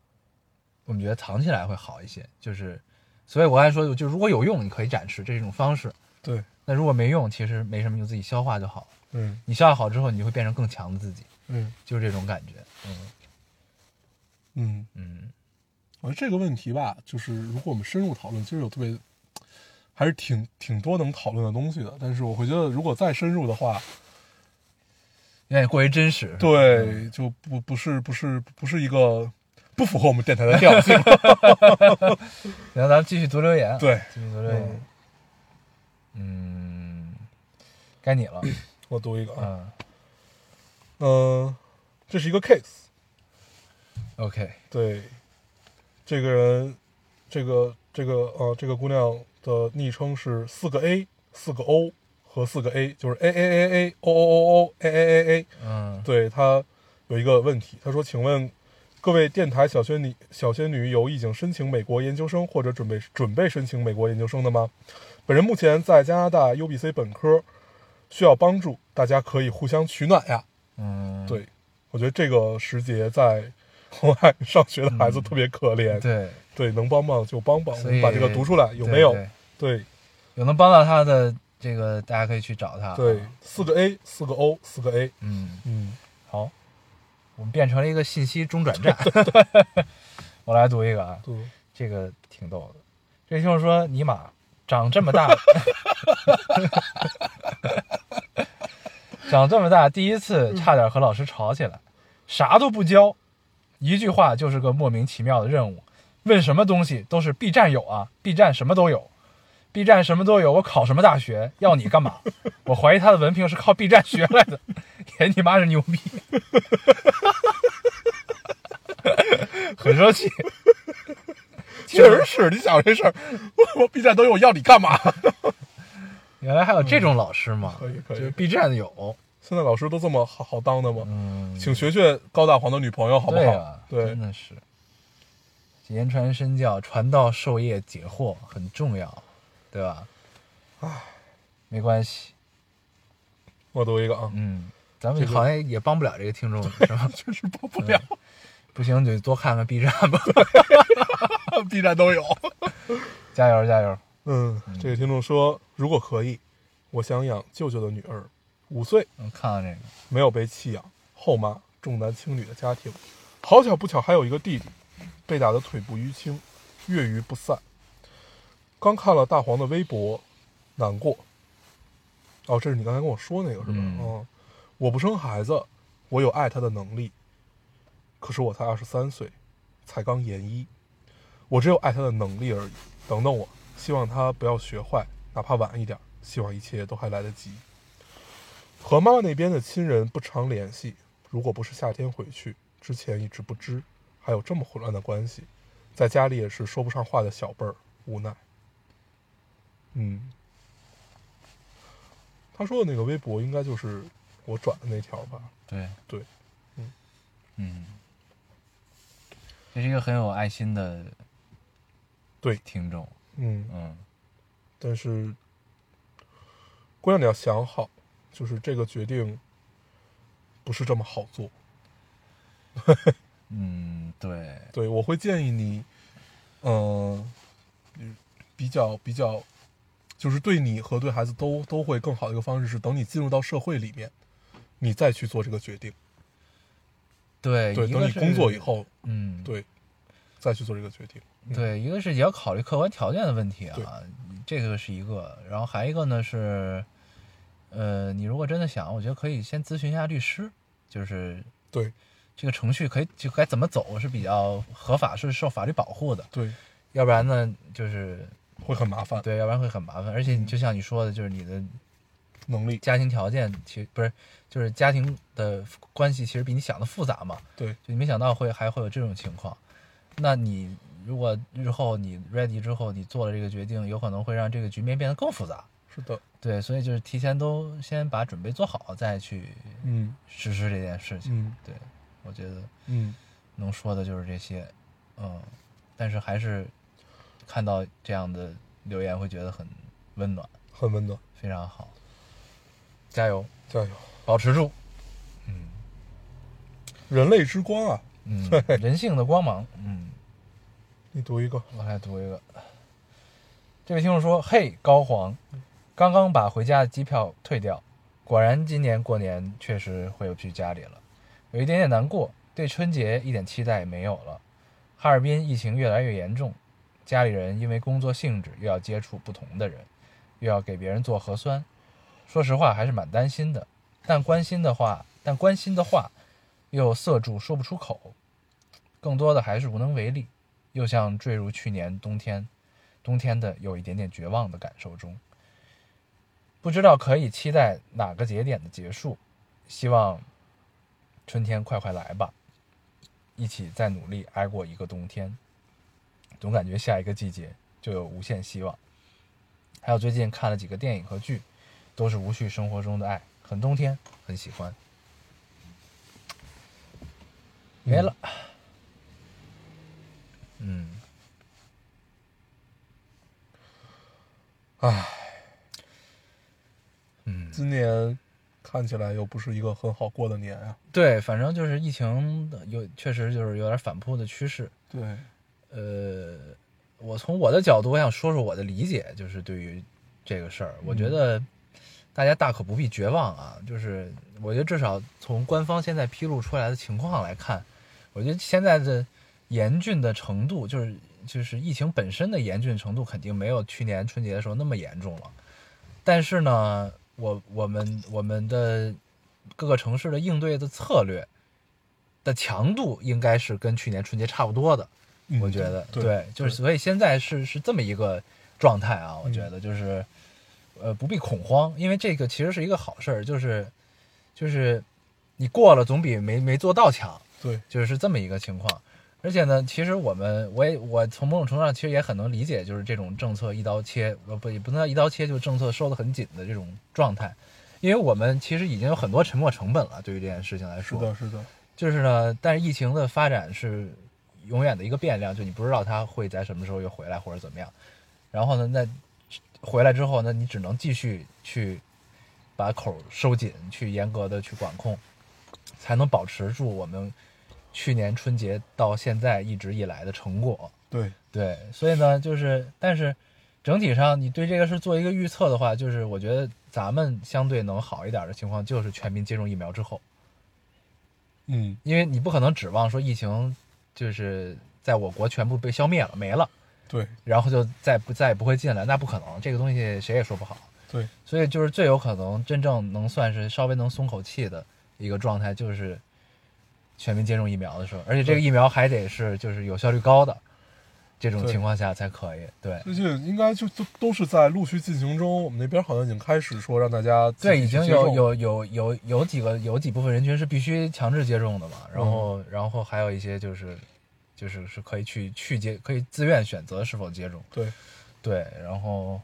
我们觉得藏起来会好一些，就是，所以我还说就如果有用，你可以展示，这是一种方式。
对，
那如果没用，其实没什么，你就自己消化就好了。
嗯
你消化好之后，你就会变成更强的自己，
嗯
就是这种感觉。嗯
嗯，
嗯
我觉得这个问题吧，就是如果我们深入讨论，其实有特别还是挺挺多能讨论的东西的，但是我会觉得如果再深入的话，
有点过于真实，
对，就不不是不是不是一个不符合我们电台的调性。
然后咱们继续读留言啊，
对，
继续读留言。嗯，该你了。
我读一个啊，
嗯
嗯、这是一个 case，
，OK，
对，这个人，这个这个呃，这个姑娘的昵称是四个 A、四个 O 和四个 A，就是 A A A A O O O O A A A A。
嗯，
对她有一个问题，她说：“请问各位电台小仙女小仙女有已经申请美国研究生或者准备准备申请美国研究生的吗？本人目前在加拿大 UBC 本科，需要帮助，大家可以互相取暖呀。”
嗯，
对，我觉得这个时节在国外上学的孩子特别可怜，
对，
嗯对能帮帮就帮帮，我
所以
们把这个读出来有没
对
有？
对
对
有能帮到他的这个，大家可以去找他。啊
对，四个 A，四个 O，四个 A，
嗯，
嗯
好，我们变成了一个信息中转 站。 我来读一个啊，
对，
这个挺逗的。这听众说：“尼玛，长这么大，长这么大，第一
嗯
次差点和老师吵起来，啥都不教，一句话就是个莫名其妙的任务。问什么东西都是 B 站有啊，B 站什么都有，B 站什么都有，我考什么大学？要你干嘛？我怀疑他的文凭是靠 B 站学来的， 也你妈是牛 逼，很生气。”
确实是，你想这事儿， 我我 B 站都有，要你干嘛？ 嗯
原来还有这种老师吗？
可以可以
就是 B 站的有，
现在老师都这么好好当的吗？
嗯，
请学学高大黄的女朋友好不
对
好
啊？
对
真，的是言传身教，传道授业解惑很重要，对吧？唉，没关系，
我读一个啊，
嗯，咱们
这个
好像也帮不了这个听 众，是吧？
确实帮不了
不行，你就多看看 B 站吧，
，B 站都有。
加油加油！
嗯，这个听众说，如果可以，我想养舅舅的女儿，五岁，
我看看这个，
没有被弃养，后妈重男轻女的家庭。好巧不巧，还有一个弟弟，被打得腿部淤青，越狱不散。刚看了大黄的微博，难过。哦，这是你刚才跟我说那个是吧？
嗯
哦我不生孩子，我有爱他的能力，可是我才二十三岁，才刚研一，我只有爱他的能力而已。等等我，希望他不要学坏，哪怕晚一点，希望一切都还来得及。和妈妈那边的亲人不常联系，如果不是夏天回去之前一直不知，还有这么混乱的关系，在家里也是说不上话的小辈儿，无奈。嗯，他说的那个微博应该就是我转的那条吧？
对
对，嗯
嗯，这是一个很有爱心的
对
听众，
嗯，
嗯，
但是姑娘你要想好，就是这个决定不是这么好做。
嗯，对，
对，我会建议你，嗯、比较比较，就是对你和对孩子都都会更好的一个方式是，等你进入到社会里面，你再去做这个决定。
对
对，
一
等
个
你工作
是
以，后，
嗯，
对，再去做这个决定。
对，一个是也要考虑客观条件的问题
对
啊，这个是一个，然后还一个呢是，呃，你如果真的想，我觉得可以先咨询一下律师，就是
对
这个程序可以就该怎么走是比较合法，是受法律保护的，
对，
要不然呢就是
会很麻烦。
对，要不然会很麻烦，而且你就像你说的，就是你的
能力
家庭条件其实不是，就是家庭的关系其实比你想的复杂嘛，
对
就你没想到会还会有这种情况。那你如果日后你 ready 之后，你做了这个决定，有可能会让这个局面变得更复杂。
是的，
对，所以就是提前都先把准备做好，再去
嗯
实施这件事情。
嗯
对，我觉得
嗯，
能说的就是这些，嗯，但是还是看到这样的留言会觉得很温暖，
很温暖，
非常好，加油，
加油！
保持住，
人类之光啊，
嗯，人性的光芒，嗯。
你读一个，
我来读一个。这位听众说：“嘿，高黄，刚刚把回家的机票退掉，果然今年过年确实回不去家里了，有一点点难过，对春节一点期待也没有了。哈尔滨疫情越来越严重，家里人因为工作性质又要接触不同的人，又要给别人做核酸，说实话还是蛮担心的。但关心的话，但关心的话又塞住说不出口，更多的还是无能为力。”又像坠入去年冬天，冬天的有一点点绝望的感受中。不知道可以期待哪个节点的结束，希望春天快快来吧，一起再努力挨过一个冬天。总感觉下一个季节就有无限希望。还有最近看了几个电影和剧，都是无序生活中的爱，很冬天，很喜欢。没了。嗯，嗯
今年看起来又不是一个很好过的年啊。
对，反正就是疫情的有，确实就是有点反扑的趋势。
对，
呃，我从我的角度，我想说说我的理解，就是对于这个事儿，我觉得大家大可不必绝望啊。就是我觉得至少从官方现在披露出来的情况来看，我觉得现在的严峻的程度，就是就是疫情本身的严峻程度，肯定没有去年春节的时候那么严重了。但是呢，我我们我们的各个城市的应对的策略的强度，应该是跟去年春节差不多的。
嗯
我觉得，
对，
就是所以现在是是这么一个状态啊，我觉
嗯
得就是，呃，不必恐慌，因为这个其实是一个好事儿，就是就是你过了总比没没做到强，
对，
就是这么一个情况。而且呢，其实我们我也我从某种程度上其实也很能理解，就是这种政策一刀切，呃不也不能叫一刀切，就政策收得很紧的这种状态，因为我们其实已经有很多沉没成本了，对于这件事情来
是
说，
的，是的，
就是呢，但是疫情的发展是永远的一个变量，就你不知道它会在什么时候又回来或者怎么样。然后呢，那回来之后呢，你只能继续去把口收紧，去严格的去管控，才能保持住我们去年春节到现在一直以来的成果。
对，
对，所以呢，就是但是整体上，你对这个事做一个预测的话，就是我觉得咱们相对能好一点的情况，就是全民接种疫苗之后。
嗯，
因为你不可能指望说疫情就是在我国全部被消灭了、没了，
对，
然后就再不再也不会进来，那不可能，这个东西谁也说不好。
对，
所以就是最有可能真正能算是稍微能松口气的一个状态，就是全民接种疫苗的时候，而且这个疫苗还得是就是有效率高的这种
对
情况下才可以。对，
最近应该就都都是在陆续进行中。我们那边好像已经开始说让大家自
对，
己
已
去
经
接
有
种
有有有有几个有几部分人群是必须强制接种的嘛，
嗯
然后、然后还有一些就是就是是可以去去接，可以自愿选择是否接种。
对，
对，然后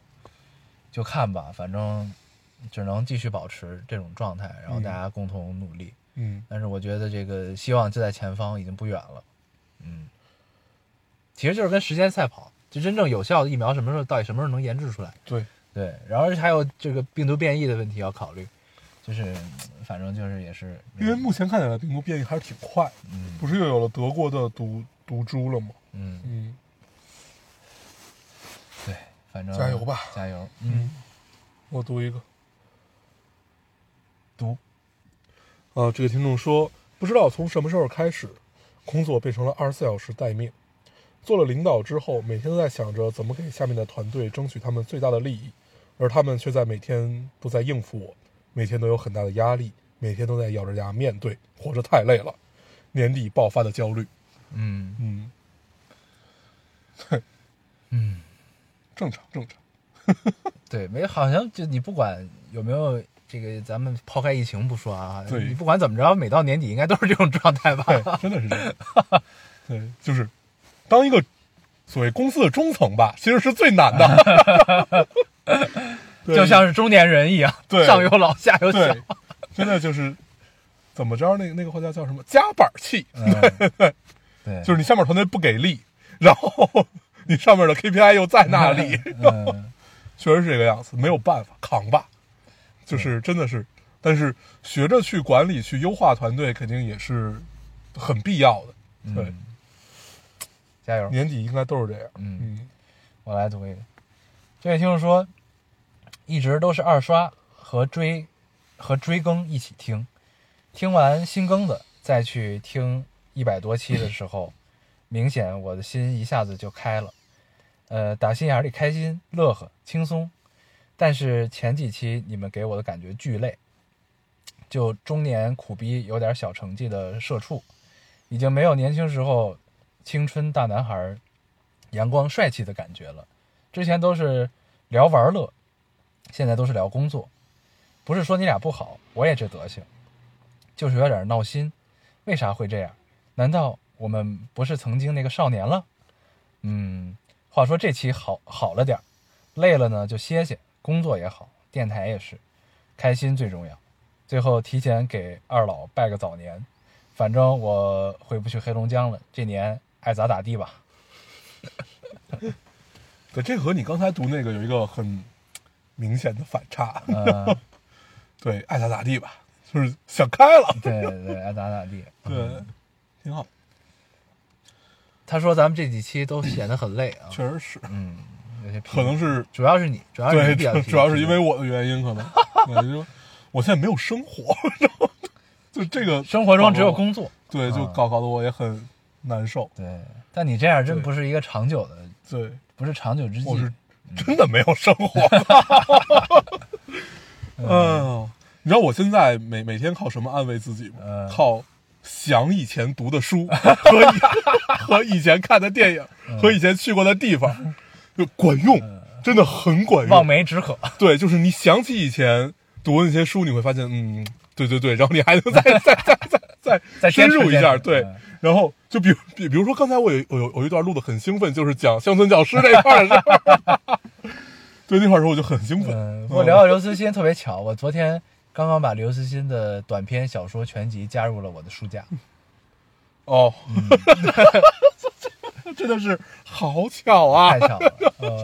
就看吧，反正只能继续保持这种状态，然后
嗯
大家共同努力。
嗯
但是我觉得这个希望就在前方，已经不远了。嗯，其实就是跟时间赛跑，就真正有效的疫苗什么时候到底什么时候能研制出来？
对，
对，然后还有这个病毒变异的问题要考虑，就是嗯反正就是也是
因为目前看起来病毒变异还是挺快，
嗯
不是又有了德国的毒毒株了吗？
嗯
嗯
对，反正
加油吧
加油，嗯，，
我读一个，
读
啊，这个听众说，不知道从什么时候开始，工作变成了二十四小时待命。做了领导之后，每天都在想着怎么给下面的团队争取他们最大的利益，而他们却在每天都在应付我，每天都有很大的压力，每天都在咬着牙面对，活着太累了。年底爆发的焦虑，
嗯
嗯，
嗯，
正常正常，
对，没好像就你不管有没有。这个咱们抛开疫情不说啊，
对
你不管怎么着，每到年底应该都是这种状态吧？
对，真的是这样。对，就是当一个所谓公司的中层吧，其实是最难的， 对
就像是中年人一样，
对
上有老下有小。
对，真的就是怎么着？那个那个话叫叫什么？夹板气，
嗯对，
就是你下面团队不给力，然后你上面的 KPI 又在那里，
嗯，
确实是这个样子，没有办法，扛吧。就是真的是，但是学着去管理、去优化团队，肯定也是很必要的。对，
嗯加油！
年底应该都是这样。
嗯，
嗯，
我来读一个。这位听众说，一直都是二刷和追和追更一起听，听完新更的再去听一百多期的时候，明显我的心一下子就开了，呃，打心眼里开心、乐呵、轻松。但是前几期你们给我的感觉巨累，就中年苦逼有点小成绩的社畜，已经没有年轻时候青春大男孩阳光帅气的感觉了。之前都是聊玩乐，现在都是聊工作。不是说你俩不好，我也这德行，就是有点闹心。为啥会这样？难道我们不是曾经那个少年了？嗯，话说这期好好了点儿，累了呢就歇歇，工作也好，电台也是，开心最重要。最后提前给二老拜个早年，反正我回不去黑龙江了，这年爱咋咋地吧。
对，这和你刚才读那个有一个很明显的反差。
呃，
对，爱咋咋地吧，就是想开了。
对对，爱咋咋地。嗯
对，挺好，
他说咱们这几期都显得很累啊，
确实是，
嗯，有些疲惫
可能是
主要是你，主要是
对，
你比较
主
疲惫
主要是因为我的原因，可能我就我现在没有生活， 然后就这个
生活中只有工作。
对，就
啊
搞搞得我也很难受。
对，但你这样真
对
不是一个长久的，
对，
不是长久之
我是
计。
真的没有生活。哎呦，你知道我现在每每天靠什么安慰自己吗？
嗯
靠想以前读的书 和以 和以前看的电影和以前去过的地方，就管用，真的很管用
望。梅止渴，
对，就是你想起以前读的那些书，你会发现，嗯，对对对，然后你还能 再再再再再
再
深
坚持
入一
坚
下，
持
对
嗯。
然后就比如比比如说刚才我有我有有一段录的很兴奋，就是讲乡村教师这一块儿的事儿。 对那块儿时候我就很兴奋。
嗯，
嗯
我聊到刘慈欣特别巧，我昨天刚刚把刘慈欣的短篇小说全集加入了我的书架，
哦，
嗯
真的是好巧啊
太！巧了，呃，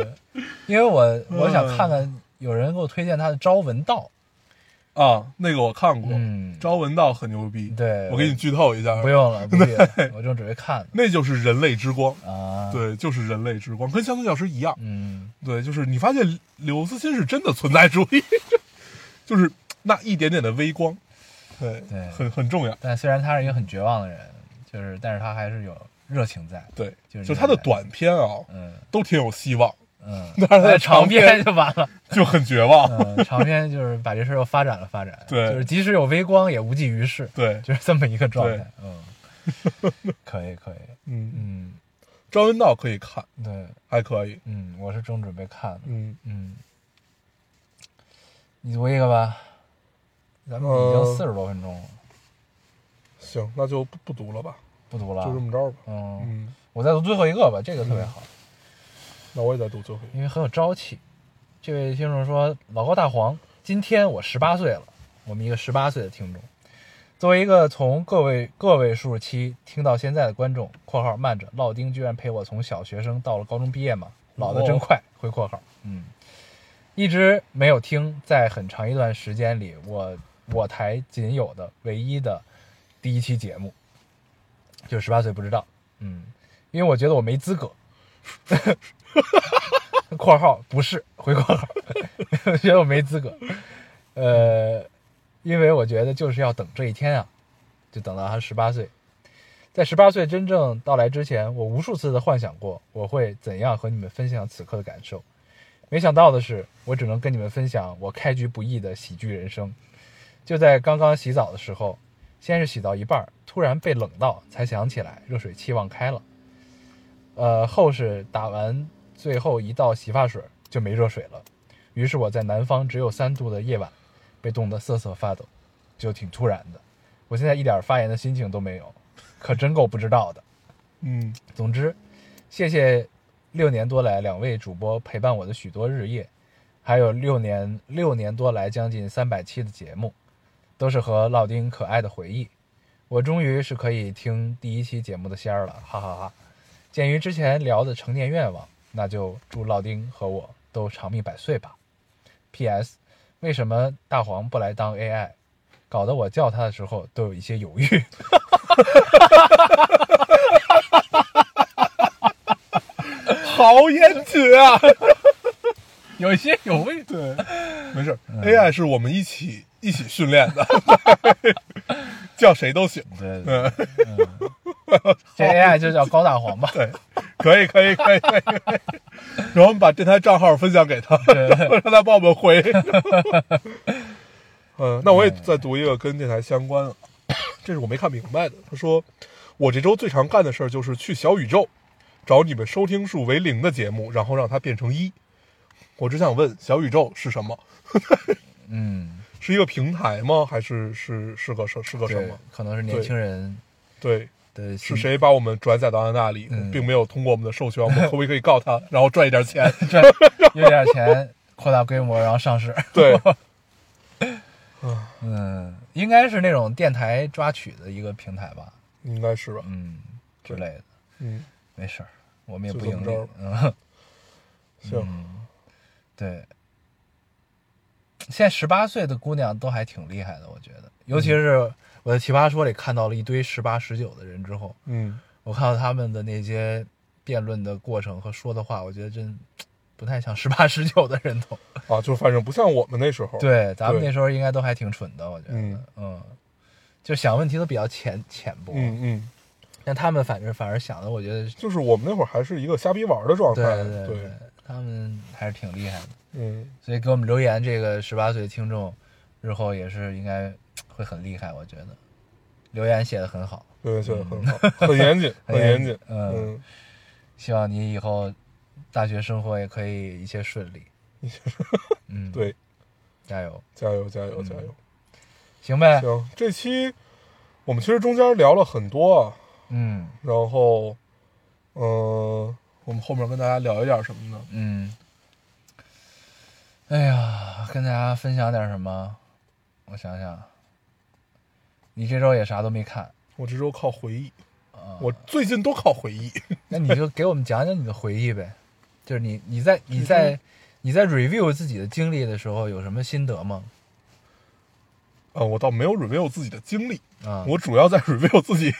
因为 我
嗯
我想看看有人给我推荐他的《朝闻道
啊，那个我看过，
嗯
朝闻道很牛逼。
对
我给你剧透一下》，
不，用了，不必了，我正准备看呢
那就是人类之光。
啊，，
对，就是人类之光，跟乡村教师一样。
嗯，
对，就是你发现刘慈欣是真的存在主义，就是那一点点的微光，对，
对
很很重要。
但虽然他是一个很绝望的人，就是，但是他还是有热情在。
对，
就
就是他的短篇啊，
嗯
都挺有希望，
嗯，
但是他的
长
长
篇就完 了。
就很绝望。
嗯，长篇就是把这事儿又发展了发展，
对
就是即使有微光也无济于事，
对，
就是这么一个状态
对。
嗯，可以可以，
嗯，
嗯，
张文道可以看，
对，
还可以。
嗯，我是正准备看的，
嗯，
嗯，你读一个吧，咱们已经
呃
四十多分钟了，
行，那就不不读了吧，
不读了
就，这么着吧。
嗯，
嗯，
我再读最后一个吧，这个特别好。
那我也再读最后一个。
因为很有朝气。这位听众说：“老高大黄，今天我十八岁了，我们一个十八岁的听众，作为一个从个位个位数期听到现在的观众（括号慢着，烙丁居然陪我从小学生到了高中毕业嘛，老的真快）回括号，嗯，一直没有听，在很长一段时间里，我我台仅有的唯一的第一期节目，就十八岁不知道，嗯，因为我觉得我没资格。 （括号不是回括号）， 我觉得我没资格，呃，因为我觉得就是要等这一天啊，就等到他十八岁。在十八岁真正到来之前，我无数次的幻想过我会怎样和你们分享此刻的感受。没想到的是，我只能跟你们分享我开局不易的喜剧人生。就在刚刚洗澡的时候，先是洗到一半儿，突然被冷到，才想起来热水器忘开了。呃，后是打完最后一道洗发水就没热水了，于是我在南方只有三度的夜晚，被冻得瑟瑟发抖，就挺突然的。我现在一点发言的心情都没有，可真够不知道的。
嗯，
总之，谢谢六年多来两位主播陪伴我的许多日夜，还有六年六年多来将近三百期的节目，都是和老丁可爱的回忆。我终于是可以听第一期节目的仙儿了，哈哈哈鉴于之前聊的成年愿望，那就祝老丁和我都长命百岁吧。P.S. 为什么大黄不来当 AI？搞得我叫他的时候都有一些犹豫。
嗯好严谨 啊！
有一些有味。
对，没事、a i 是我们一起一起训练的， 叫谁都行。
对，嗯，这 AI 就叫高大黄吧。
对，可以可以可以可以。可以然后我们把这台账号分享给他，然后让他帮我们回。嗯，那我也再读一个跟电台相关的，这是我没看明白的。他说，我这周最常干的事儿就是去小宇宙找你们收听数为零的节目，然后让它变成一。我只想问，小宇宙是什么？
嗯，
是一个平台吗？还是是是个是是个什
对
么？，
可能是年轻人
对，
的
是
心
谁把我们转载到那里，
嗯
并没有通过我们的授权，我们可不可以告他，然后赚一点钱？
赚有点钱，扩大规模，然后上市。
对，
嗯，应该是那种电台抓取的一个平台吧，
应该是吧。
嗯之类的。
嗯，
没事儿，我们也
就
不
这
盈
么
利
着。
嗯，
行，
对。现在十八岁的姑娘都还挺厉害的，我觉得，尤
嗯
其是我在《奇葩说》里看到了一堆十八、十九的人之后，
嗯，
我看到他们的那些辩论的过程和说的话，我觉得真不太像十八、十九的人头。
啊，就反正不像我们那时候。，
对，咱们
对
那时候应该都还挺蠢的，我觉得，嗯
嗯
就想问题都比较浅浅薄。
嗯嗯，
但他们反正反而想的，我觉得，
就是我们那会儿还是一个瞎逼玩儿的状
对
态。
对对，他们还是挺厉害的。
嗯，
所以给我们留言这个十八岁的听众，日后也是应该会很厉害，我觉得。留言写的很好，
对，现在很好，很 严谨，很严谨。
嗯
嗯，
希望你以后大学生活也可以一切顺利。嗯，，
对，
加油，
加油，加油，加
嗯
油。
行呗。
行，这期我们其实中间聊了很多啊，
嗯
然后，嗯，我们后面跟大家聊一点什么呢？
嗯。哎呀，跟大家分享点什么？我想想，你这周也啥都没看，
我这周靠回忆，
啊
我最近都靠回忆。
那你就给我们讲讲你的回忆呗，就是你你在你
嗯
在你在 review 自己的经历的时候有什么心得吗？
啊，我倒没有 review 自己的经历，
啊，
我主要在 review 自己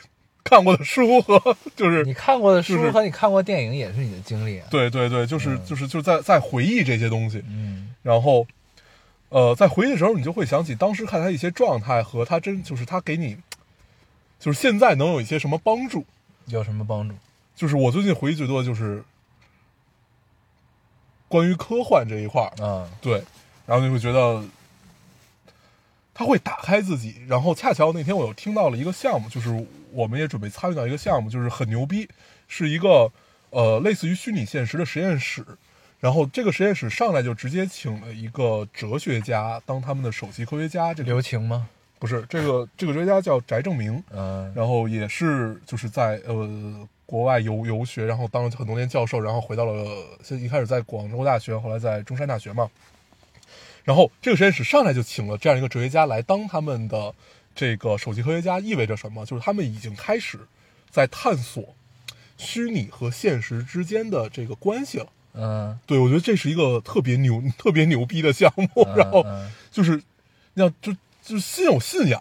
看过的书和就是
你看过的书
是
和你看过电影也是你的经历啊。
对对对，就是就是就在在回忆这些东西，
嗯
然后，呃，在回忆的时候，你就会想起当时看他一些状态和他真就是他给你，就是现在能有一些什么帮助。
有什么帮助？
就是我最近回忆最多的就是关于科幻这一块儿，
啊，
对，然后就会觉得他会打开自己。然后恰巧那天我又听到了一个项目，就是我们也准备参与到一个项目，就是很牛逼，是一个呃类似于虚拟现实的实验室。然后这个实验室上来就直接请了一个哲学家当他们的首席科学家，这个
留情吗？
不是这个这个哲学家叫翟正明，
嗯、
然后也是就是在呃国外游游学，然后当了很呃多年教授，然后回到了先一开始在广州大学，后来在中山大学嘛。然后这个实验室上来就请了这样一个哲学家来当他们的这个首席科学家，意味着什么？就是他们已经开始在探索虚拟和现实之间的这个关系了。
嗯，
对，我觉得这是一个特别牛、特别牛逼的项目。
嗯
然后
嗯
就是，要就就是心有信仰，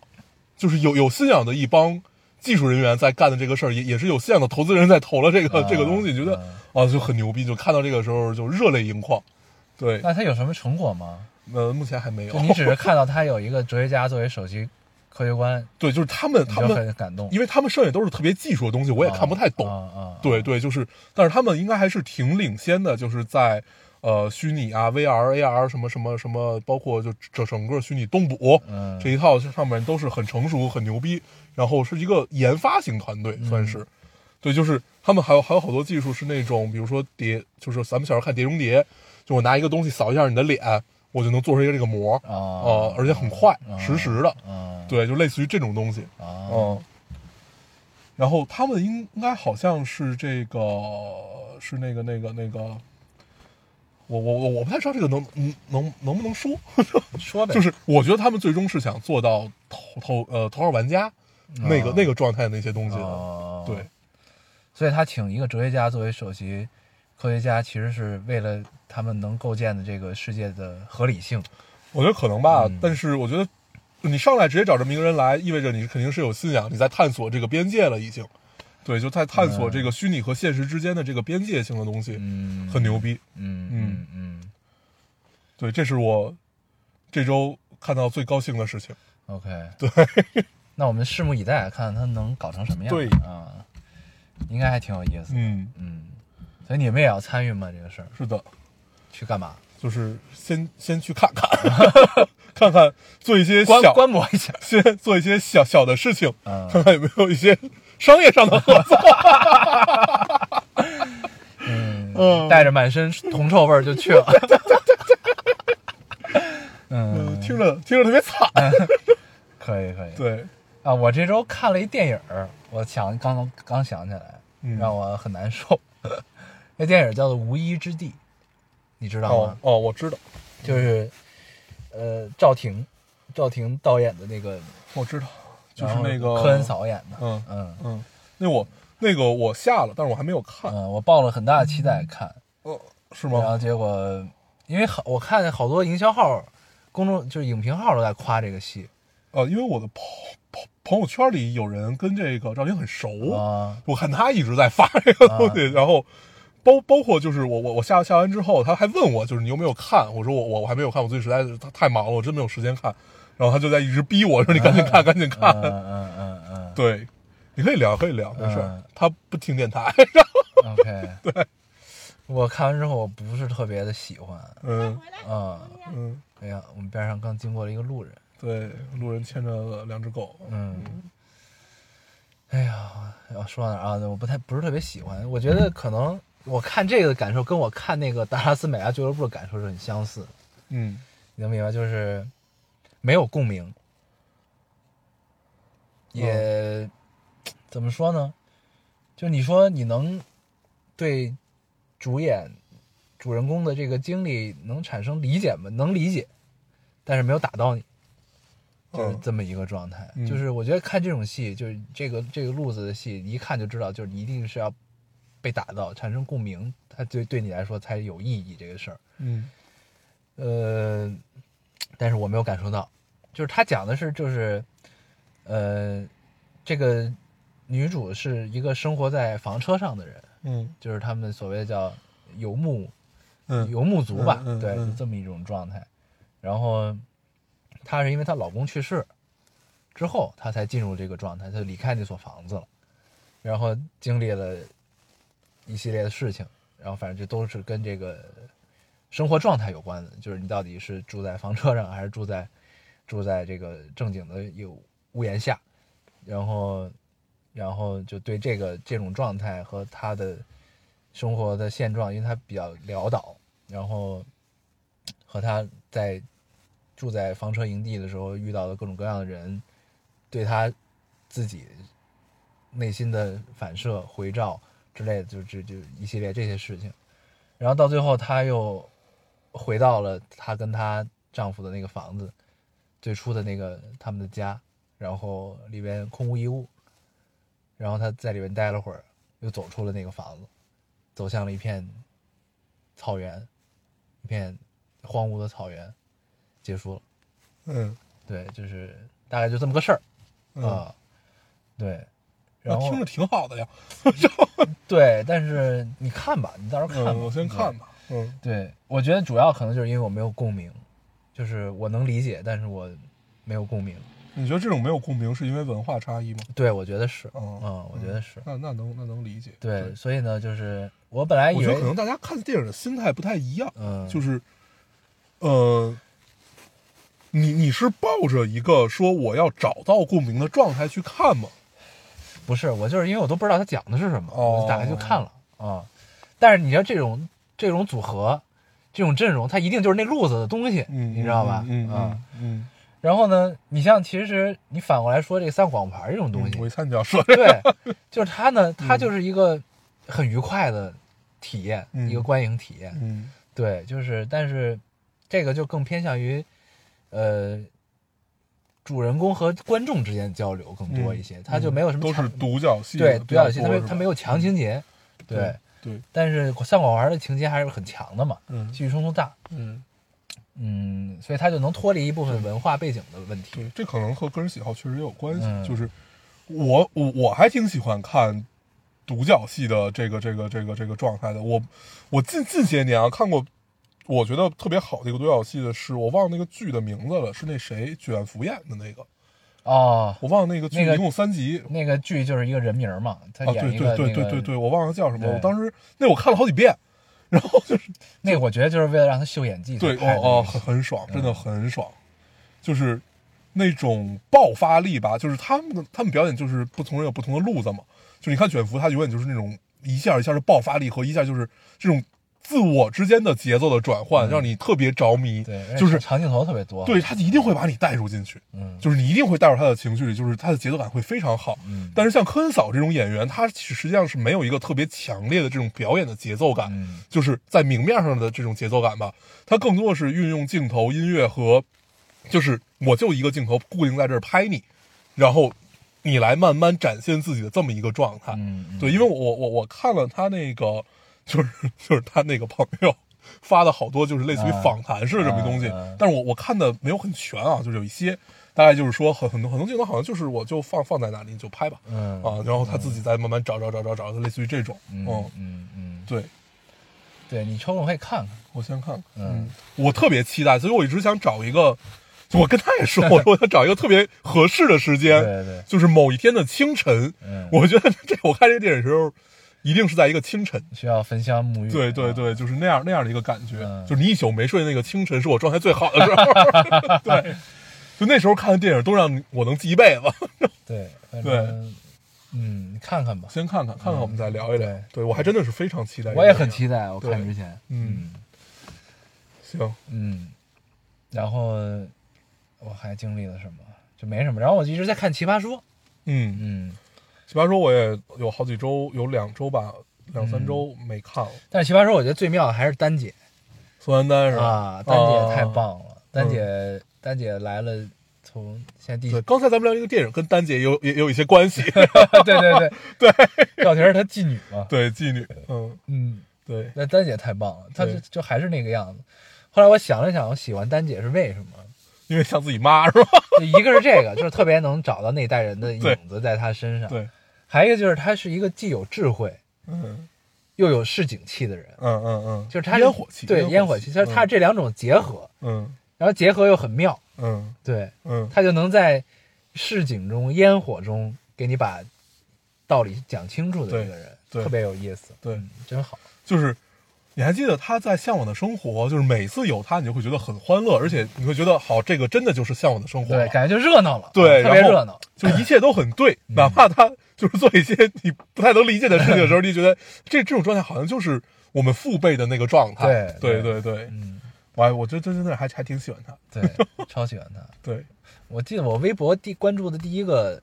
就是有有信仰的一帮技术人员在干的这个事儿，也也是有信仰的投资人在投了这个、
嗯
这个东西，觉得啊就很牛逼，就看到这个时候就热泪盈眶。对，
那他有什么成果吗？
呃，目前还没有
就。你只是看到他有一个哲学家作为首席科学官，
对，就是他们，
你
他
就
们
很，感动。
因为他们剩下都是特别技术的东西，我也看不太懂。
啊啊啊！
对对，就是，但是他们应该还是挺领先的，就是在呃虚拟啊、VR、AR 什么什么什么，包括就整整个虚拟动捕、
嗯
这一套上面都是很成熟、很牛逼，然后是一个研发型团队，算是。对，就是他们还有还有好多技术是那种，比如说叠，就是咱们小时候看《碟中谍》，就我拿一个东西扫一下你的脸，我就能做出一个这个模，
啊
呃，而且很快，实时的。
啊
对，就类似于这种东西。
啊
嗯，然后他们应应该好像是这个是那个那个那个，我我我我不太知道这个能能能能不能说，
说呗，
就是我觉得他们最终是想做到头头呃头号玩家那个、
啊
那个状态那些东西的，
哦
对，
所以他请一个哲学家作为首席科学家，其实是为了他们能构建的这个世界的合理性。
我觉得可能吧，
嗯
但是我觉得。你上来直接找这么一个人来，意味着你肯定是有信仰，你在探索这个边界了，已经，对，就在探索这个虚拟和现实之间的这个边界性的东西，
嗯，
很牛逼。
嗯嗯
嗯
嗯
对，这是我这周看到最高兴的事情。
，OK，对。那我们拭目以待，看看他能搞成什么样。
对
啊，应该还挺有意思的。
嗯，
嗯，所以你们也要参与吗？这个事儿
是的，
去干嘛？
就是先先去看 看，看看做一些
观
小，
观摩一下。
先做一些小小的事情，
嗯
看看有没有一些商业上的合作。
嗯，带着满身铜臭味儿就去了。 嗯，
听着听着特别惨。
可以可以。
对，
啊，我这周看了一电影儿，我想刚刚想起来，
嗯
让我很难受。 那电影叫做《无依之地》，你知道
哦
吗？
哦，我知道，
就是呃，赵婷，赵婷导演的那个，
我知道，就
然
是
后
那个
科恩，嫂演的。
嗯
嗯
嗯，那我那个我下了，但是我还没有看，
嗯，我抱了很大的期待看，
呃，是
然
吗？
后结果因为好，我看好多营销号、公众就是影评号都在夸这个戏
呃，因为我的朋朋朋友圈里有人跟这个赵婷很熟
啊。
我看他一直在发这个东西，然后包包括就是我我我下下完之后，他还问我就是你有没有看，我说我我我还没有看，我最近实在是太太忙了，我真没有时间看。然后他就在一直逼我说你赶紧看，赶紧看。
嗯嗯嗯嗯
对，你可以聊，可以聊，没事儿
嗯。
他不听电台，
嗯，OK。对，我看完之后我不是特别的喜欢。
嗯
啊，
嗯，
哎呀，我们边上刚经过了一个路人，
对，路人牵着两只狗，
嗯，哎呀，要说哪儿啊？我不太不是特别喜欢，我觉得可能我看这个的感受跟我看那个达拉斯买家俱乐部的感受是很相似，
嗯，
你能明白？就是没有共鸣，也、
嗯
怎么说呢？就你说你能对主演主人公的这个经历能产生理解吗？能理解，但是没有打到你。就是
嗯
这么一个状态。
嗯
就是我觉得看这种戏，就是这个这个路子的戏，一看就知道，就是一定是要被打到，产生共鸣，它对对你来说才有意义这个事儿。
嗯
呃，但是我没有感受到，就是他讲的是就是，呃，这个女主是一个生活在房车上的人，
嗯
就是他们所谓的叫游牧
嗯
游牧族吧，
嗯嗯
对，
嗯
就这么一种状态。然后她是因为她老公去世之后，她才进入这个状态，她就离开那所房子了，然后经历了一系列的事情，然后反正就都是跟这个生活状态有关的，就是你到底是住在房车上，还是住在住在这个正经的有屋檐下，然后然后就对这个这种状态和她的。生活的现状，因为他比较潦倒，然后和他在住在房车营地的时候遇到的各种各样的人，对他自己内心的反射、回照之类的，就就就一系列这些事情。然后到最后，他又回到了他跟他丈夫的那个房子，最初的那个他们的家，然后里边空无一物，然后她在里边待了会儿，又走出了那个房子，走向了一片草原，一片荒芜的草原，结束了。
嗯
对，就是大概就这么个事儿啊、
嗯，
对，
那
然后
听着挺好的呀。
对，但是你看吧，你到时候看吧，
嗯，我先
对
看。吧。嗯
对，我觉得主要可能就是因为我没有共鸣，就是我能理解，但是我没有共鸣。
嗯你觉得这种没有共鸣是因为文化差异吗？
对，我觉得是，
哦
嗯，我觉得是。
那那能那能理解。
对，所以呢，就是我本来
我
以
觉得
为
可，能大家看电影的心态不太一样，
嗯，
就是，呃，你你是抱着一个说我要找到共鸣的状态去看吗？
不是我就是因为我都不知道他讲的是什么，
哦
我就打开就看了啊、但是你知道这种这种组合，这种阵容，它一定就是那路子的东西，
嗯，
你知道吧？
嗯
啊
嗯嗯，
然后呢，你像其实你反过来说这个三广牌这种东西，
嗯我一嗯看就要说这，
对， 就是它呢，它就是一个很愉快的体验，
嗯
一个观影体验。
嗯
对，就是但是这个就更偏向于呃主人公和观众之间的交流更多一些，它就没有什么
嗯都是
强
独角戏的
对
比
独
较多，
角
嗯
戏，它没有它没
有
有强情节，对。
对对，
但是三广玩的情节还是很强的嘛，
嗯
戏剧冲突大，
嗯，
嗯，所以它就能脱离一部分文化背景的问题。
对，这可能和个人喜好确实也有关系。
嗯
就是我我我还挺喜欢看独角戏的这个这个这个这个状态的。我我近近些年啊看过，我觉得特别好的一个独角戏的是，我忘了那个剧的名字了，是那谁卷福演的那个，
哦，
我忘了那个剧、
那个
一共三集。
那个剧就是一个人名儿嘛，他
啊，
演
对
一个、
对对对
那
对
个
对，我忘了叫什么。
对
我当时那我看了好几遍，然后就是
那个我觉得就是为了让他秀演技才
对，
拍的
哦哦，
那个
很很爽，真的很爽，就是那种爆发力吧，就是他们的他们表演就是不同人有不同的路子嘛，就你看卷福他永远就是那种一下一下的爆发力和一下就是这种自我之间的节奏的转换，让你特别着迷，
嗯对，
就是
长镜头特别多。
对，他一定会把你带入进去，
嗯，
就是你一定会带入他的情绪里，就是他的节奏感会非常好。
嗯
但是像科恩嫂这种演员，他实际上是没有一个特别强烈的这种表演的节奏感，
嗯
就是在明面上的这种节奏感吧。他更多的是运用镜头、音乐和，就是我就一个镜头固定在这儿拍你，然后你来慢慢展现自己的这么一个状态。
嗯嗯
对，因为我我我看了他那个，就是 就是他那个朋友发的好多就是类似于
啊
访谈式的这么一东西，
啊啊
但是我我看的没有很全啊，就是有一些大概就是说很很多很多镜头好像就是我就放放在那里你就拍吧，
嗯
啊，然后他自己再慢慢找找找找找，就类似于这种，
嗯
嗯，
嗯嗯，
对
对你抽空可以看看。
我先看看，
嗯，
我特别期待，所以我一直想找一个，就我跟他也说， 我说我想找一个特别合适的时间，
对对
就是某一天的清晨，
嗯
我觉得这我看这个电影的时候，一定是在一个清晨。
需要焚香沐浴。
对对
啊，
对，就是那样那样的一个感觉，
嗯
就是你一宿没睡那个清晨，是我状态最好的时 候。对，就那时候看的电影都让我能记一辈子。
对反正嗯，你看看吧。
先看看看看，我们再聊一聊。
嗯对
对我还真的是非常期待。
我也很期待，啊我看
对
之前。
嗯行，
嗯，然后我还经历了什么？就没什么。然后我一直在看《奇葩说》。
嗯，
嗯，
奇葩说我也有好几周，有两周吧，两三周
嗯
没看了。
但是《奇葩说》我觉得最妙的还是丹姐
宋丹丹是吧？哦嗯
啊，丹姐太
了。
棒了，丹姐丹姐来了，从现在第
对，刚才咱们聊这个电影跟丹姐也有也也有一些关系。
对 对对对，赵婷儿她妓女嘛，
对，妓女，嗯，
嗯，
对，
那丹姐太棒了，她就
对
就还是那个样子。后来我想了想，我喜欢丹姐是为什么？
因为像自己妈是吧？
就一个是这个，就是特别能找到那一代人的影子在她身上，
对，
还有一个就是她是一个既有智慧
嗯
又有市井气的人，
嗯嗯嗯，
就是她是
烟火气，
对烟火气，就是她
嗯
这两种结合，
嗯
然后结合又很妙，
嗯
对，
嗯
她就能在市井中烟火中给你把道理讲清楚的一个人，
对对
特别有意思，
对
嗯，真好，，
就是你还记得他在《向往的生活》，就是每次有他，你就会觉得很欢乐，而且你会觉得好，这个真的就是向往的生活了
对，，感觉就热闹了，
对
特别
然后
热闹。
就是一切都很对，哪怕他就是做一些你不太能理解的事情的时候，你就觉得这这种状态好像就是我们父辈的那个状态，对
对
对对，
嗯，
我还我真真真的还还挺喜欢他，
对，超喜欢他。
对，
我记得我微博第关注的第一个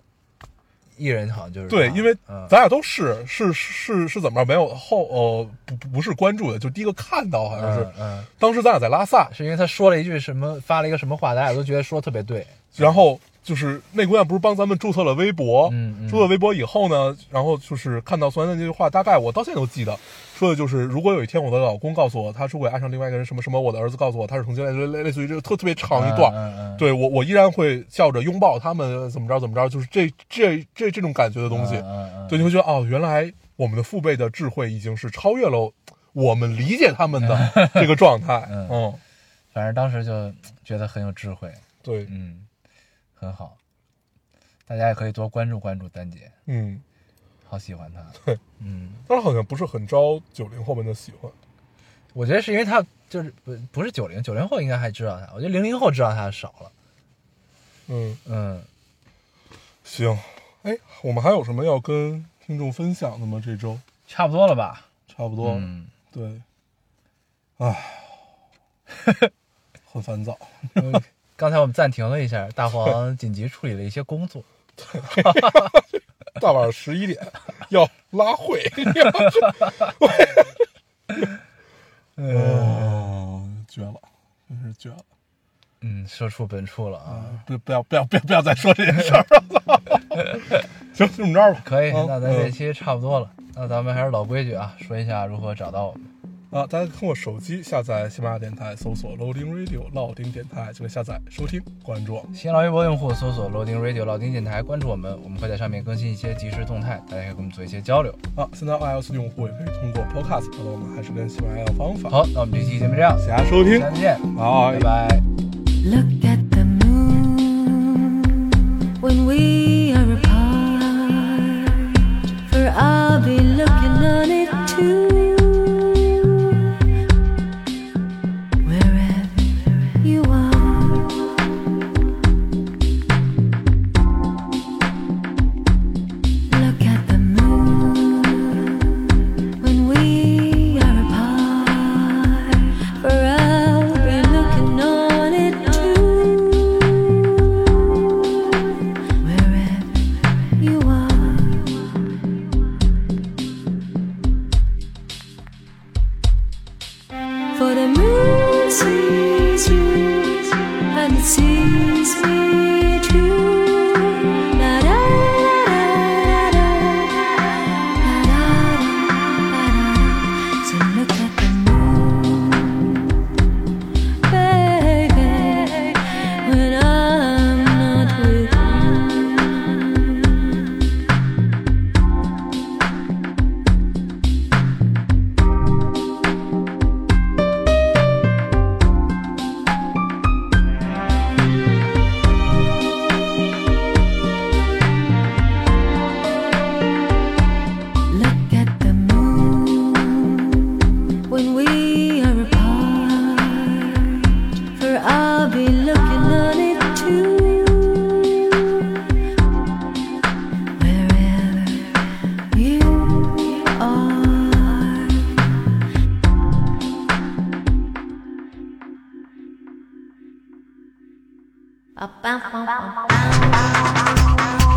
艺人好像就是
对，
他
因为
嗯
咱俩都是是是是怎么着？没有后呃不不不是关注的，就第一个看到好像是
嗯，嗯
当时咱俩在拉萨，
是因为他说了一句什么，发了一个什么话，大家都觉得说得特别对，
然后就是那姑娘不是帮咱们注册了微博，
嗯嗯
注册微博以后呢，然后就是看到孙安的那句话，大概我到现在都记得，说的就是如果有一天我的老公告诉我他出轨爱上另外一个人什么什么，我的儿子告诉我他是同性恋，类类类似于这个特特别长一段，
嗯嗯嗯
对我我依然会笑着拥抱他们怎么着怎么着，就是这这这这种感觉的东西，
嗯嗯嗯
对，你会觉得哦，原来我们的父辈的智慧已经是超越了我们理解他们的这个状态，
嗯
嗯，
反正当时就嗯觉得很有智慧，
对，
嗯，很好，大家也可以多关注关注丹姐，
嗯，
好喜欢她，
对，
嗯，
但是好像不是很招九零后们的喜欢。
我觉得是因为她就是不不是九零，九零后应该还知道她，我觉得零零后知道她的少了，
嗯，
嗯，
行，哎，我们还有什么要跟听众分享的吗？这周
差不多了吧，
差不多，
嗯，
对，哎，很烦躁，
嗯刚才我们暂停了一下，大黄紧急处理了一些工作，
大晚上十 一点要拉会，哦，绝了，真是绝了。
嗯，说出本处了啊，
不不要不要不要不要再说这件事儿了， 行，就这么着吧。
可以，
啊
那咱这期差不多了。那咱们还是老规矩啊，说一下如何找到我们。
啊，大家通过手机下载喜马拉雅电台，搜索 Loading Radio 老丁电台就可以下载收听关注我们。
新浪微博用户搜索 Loading Radio 老丁电台，关注我们，我们会在上面更新一些即时动态，大家可以跟我们做一些交流。
啊，现在 iOS 用户也可以通过 Podcast 找到我们，还是跟喜马拉雅的方法。，
好，那我们这期节目这样，
大家收听，
下次见，
好
拜，拜。
Look at the moon when we are apart, for I'll be looking on it too. Wherever you are, look at the moon when we are apart, for I'll be looking on it too. Wherever you are. For the moon sees you and it sees me too. La da da da da da da da da. So look at the moon, baby, when I'm not with you. Look at the moon when we are apart, for I'll be looking on it too. Wherever you are. Ba-bam-bam-bam.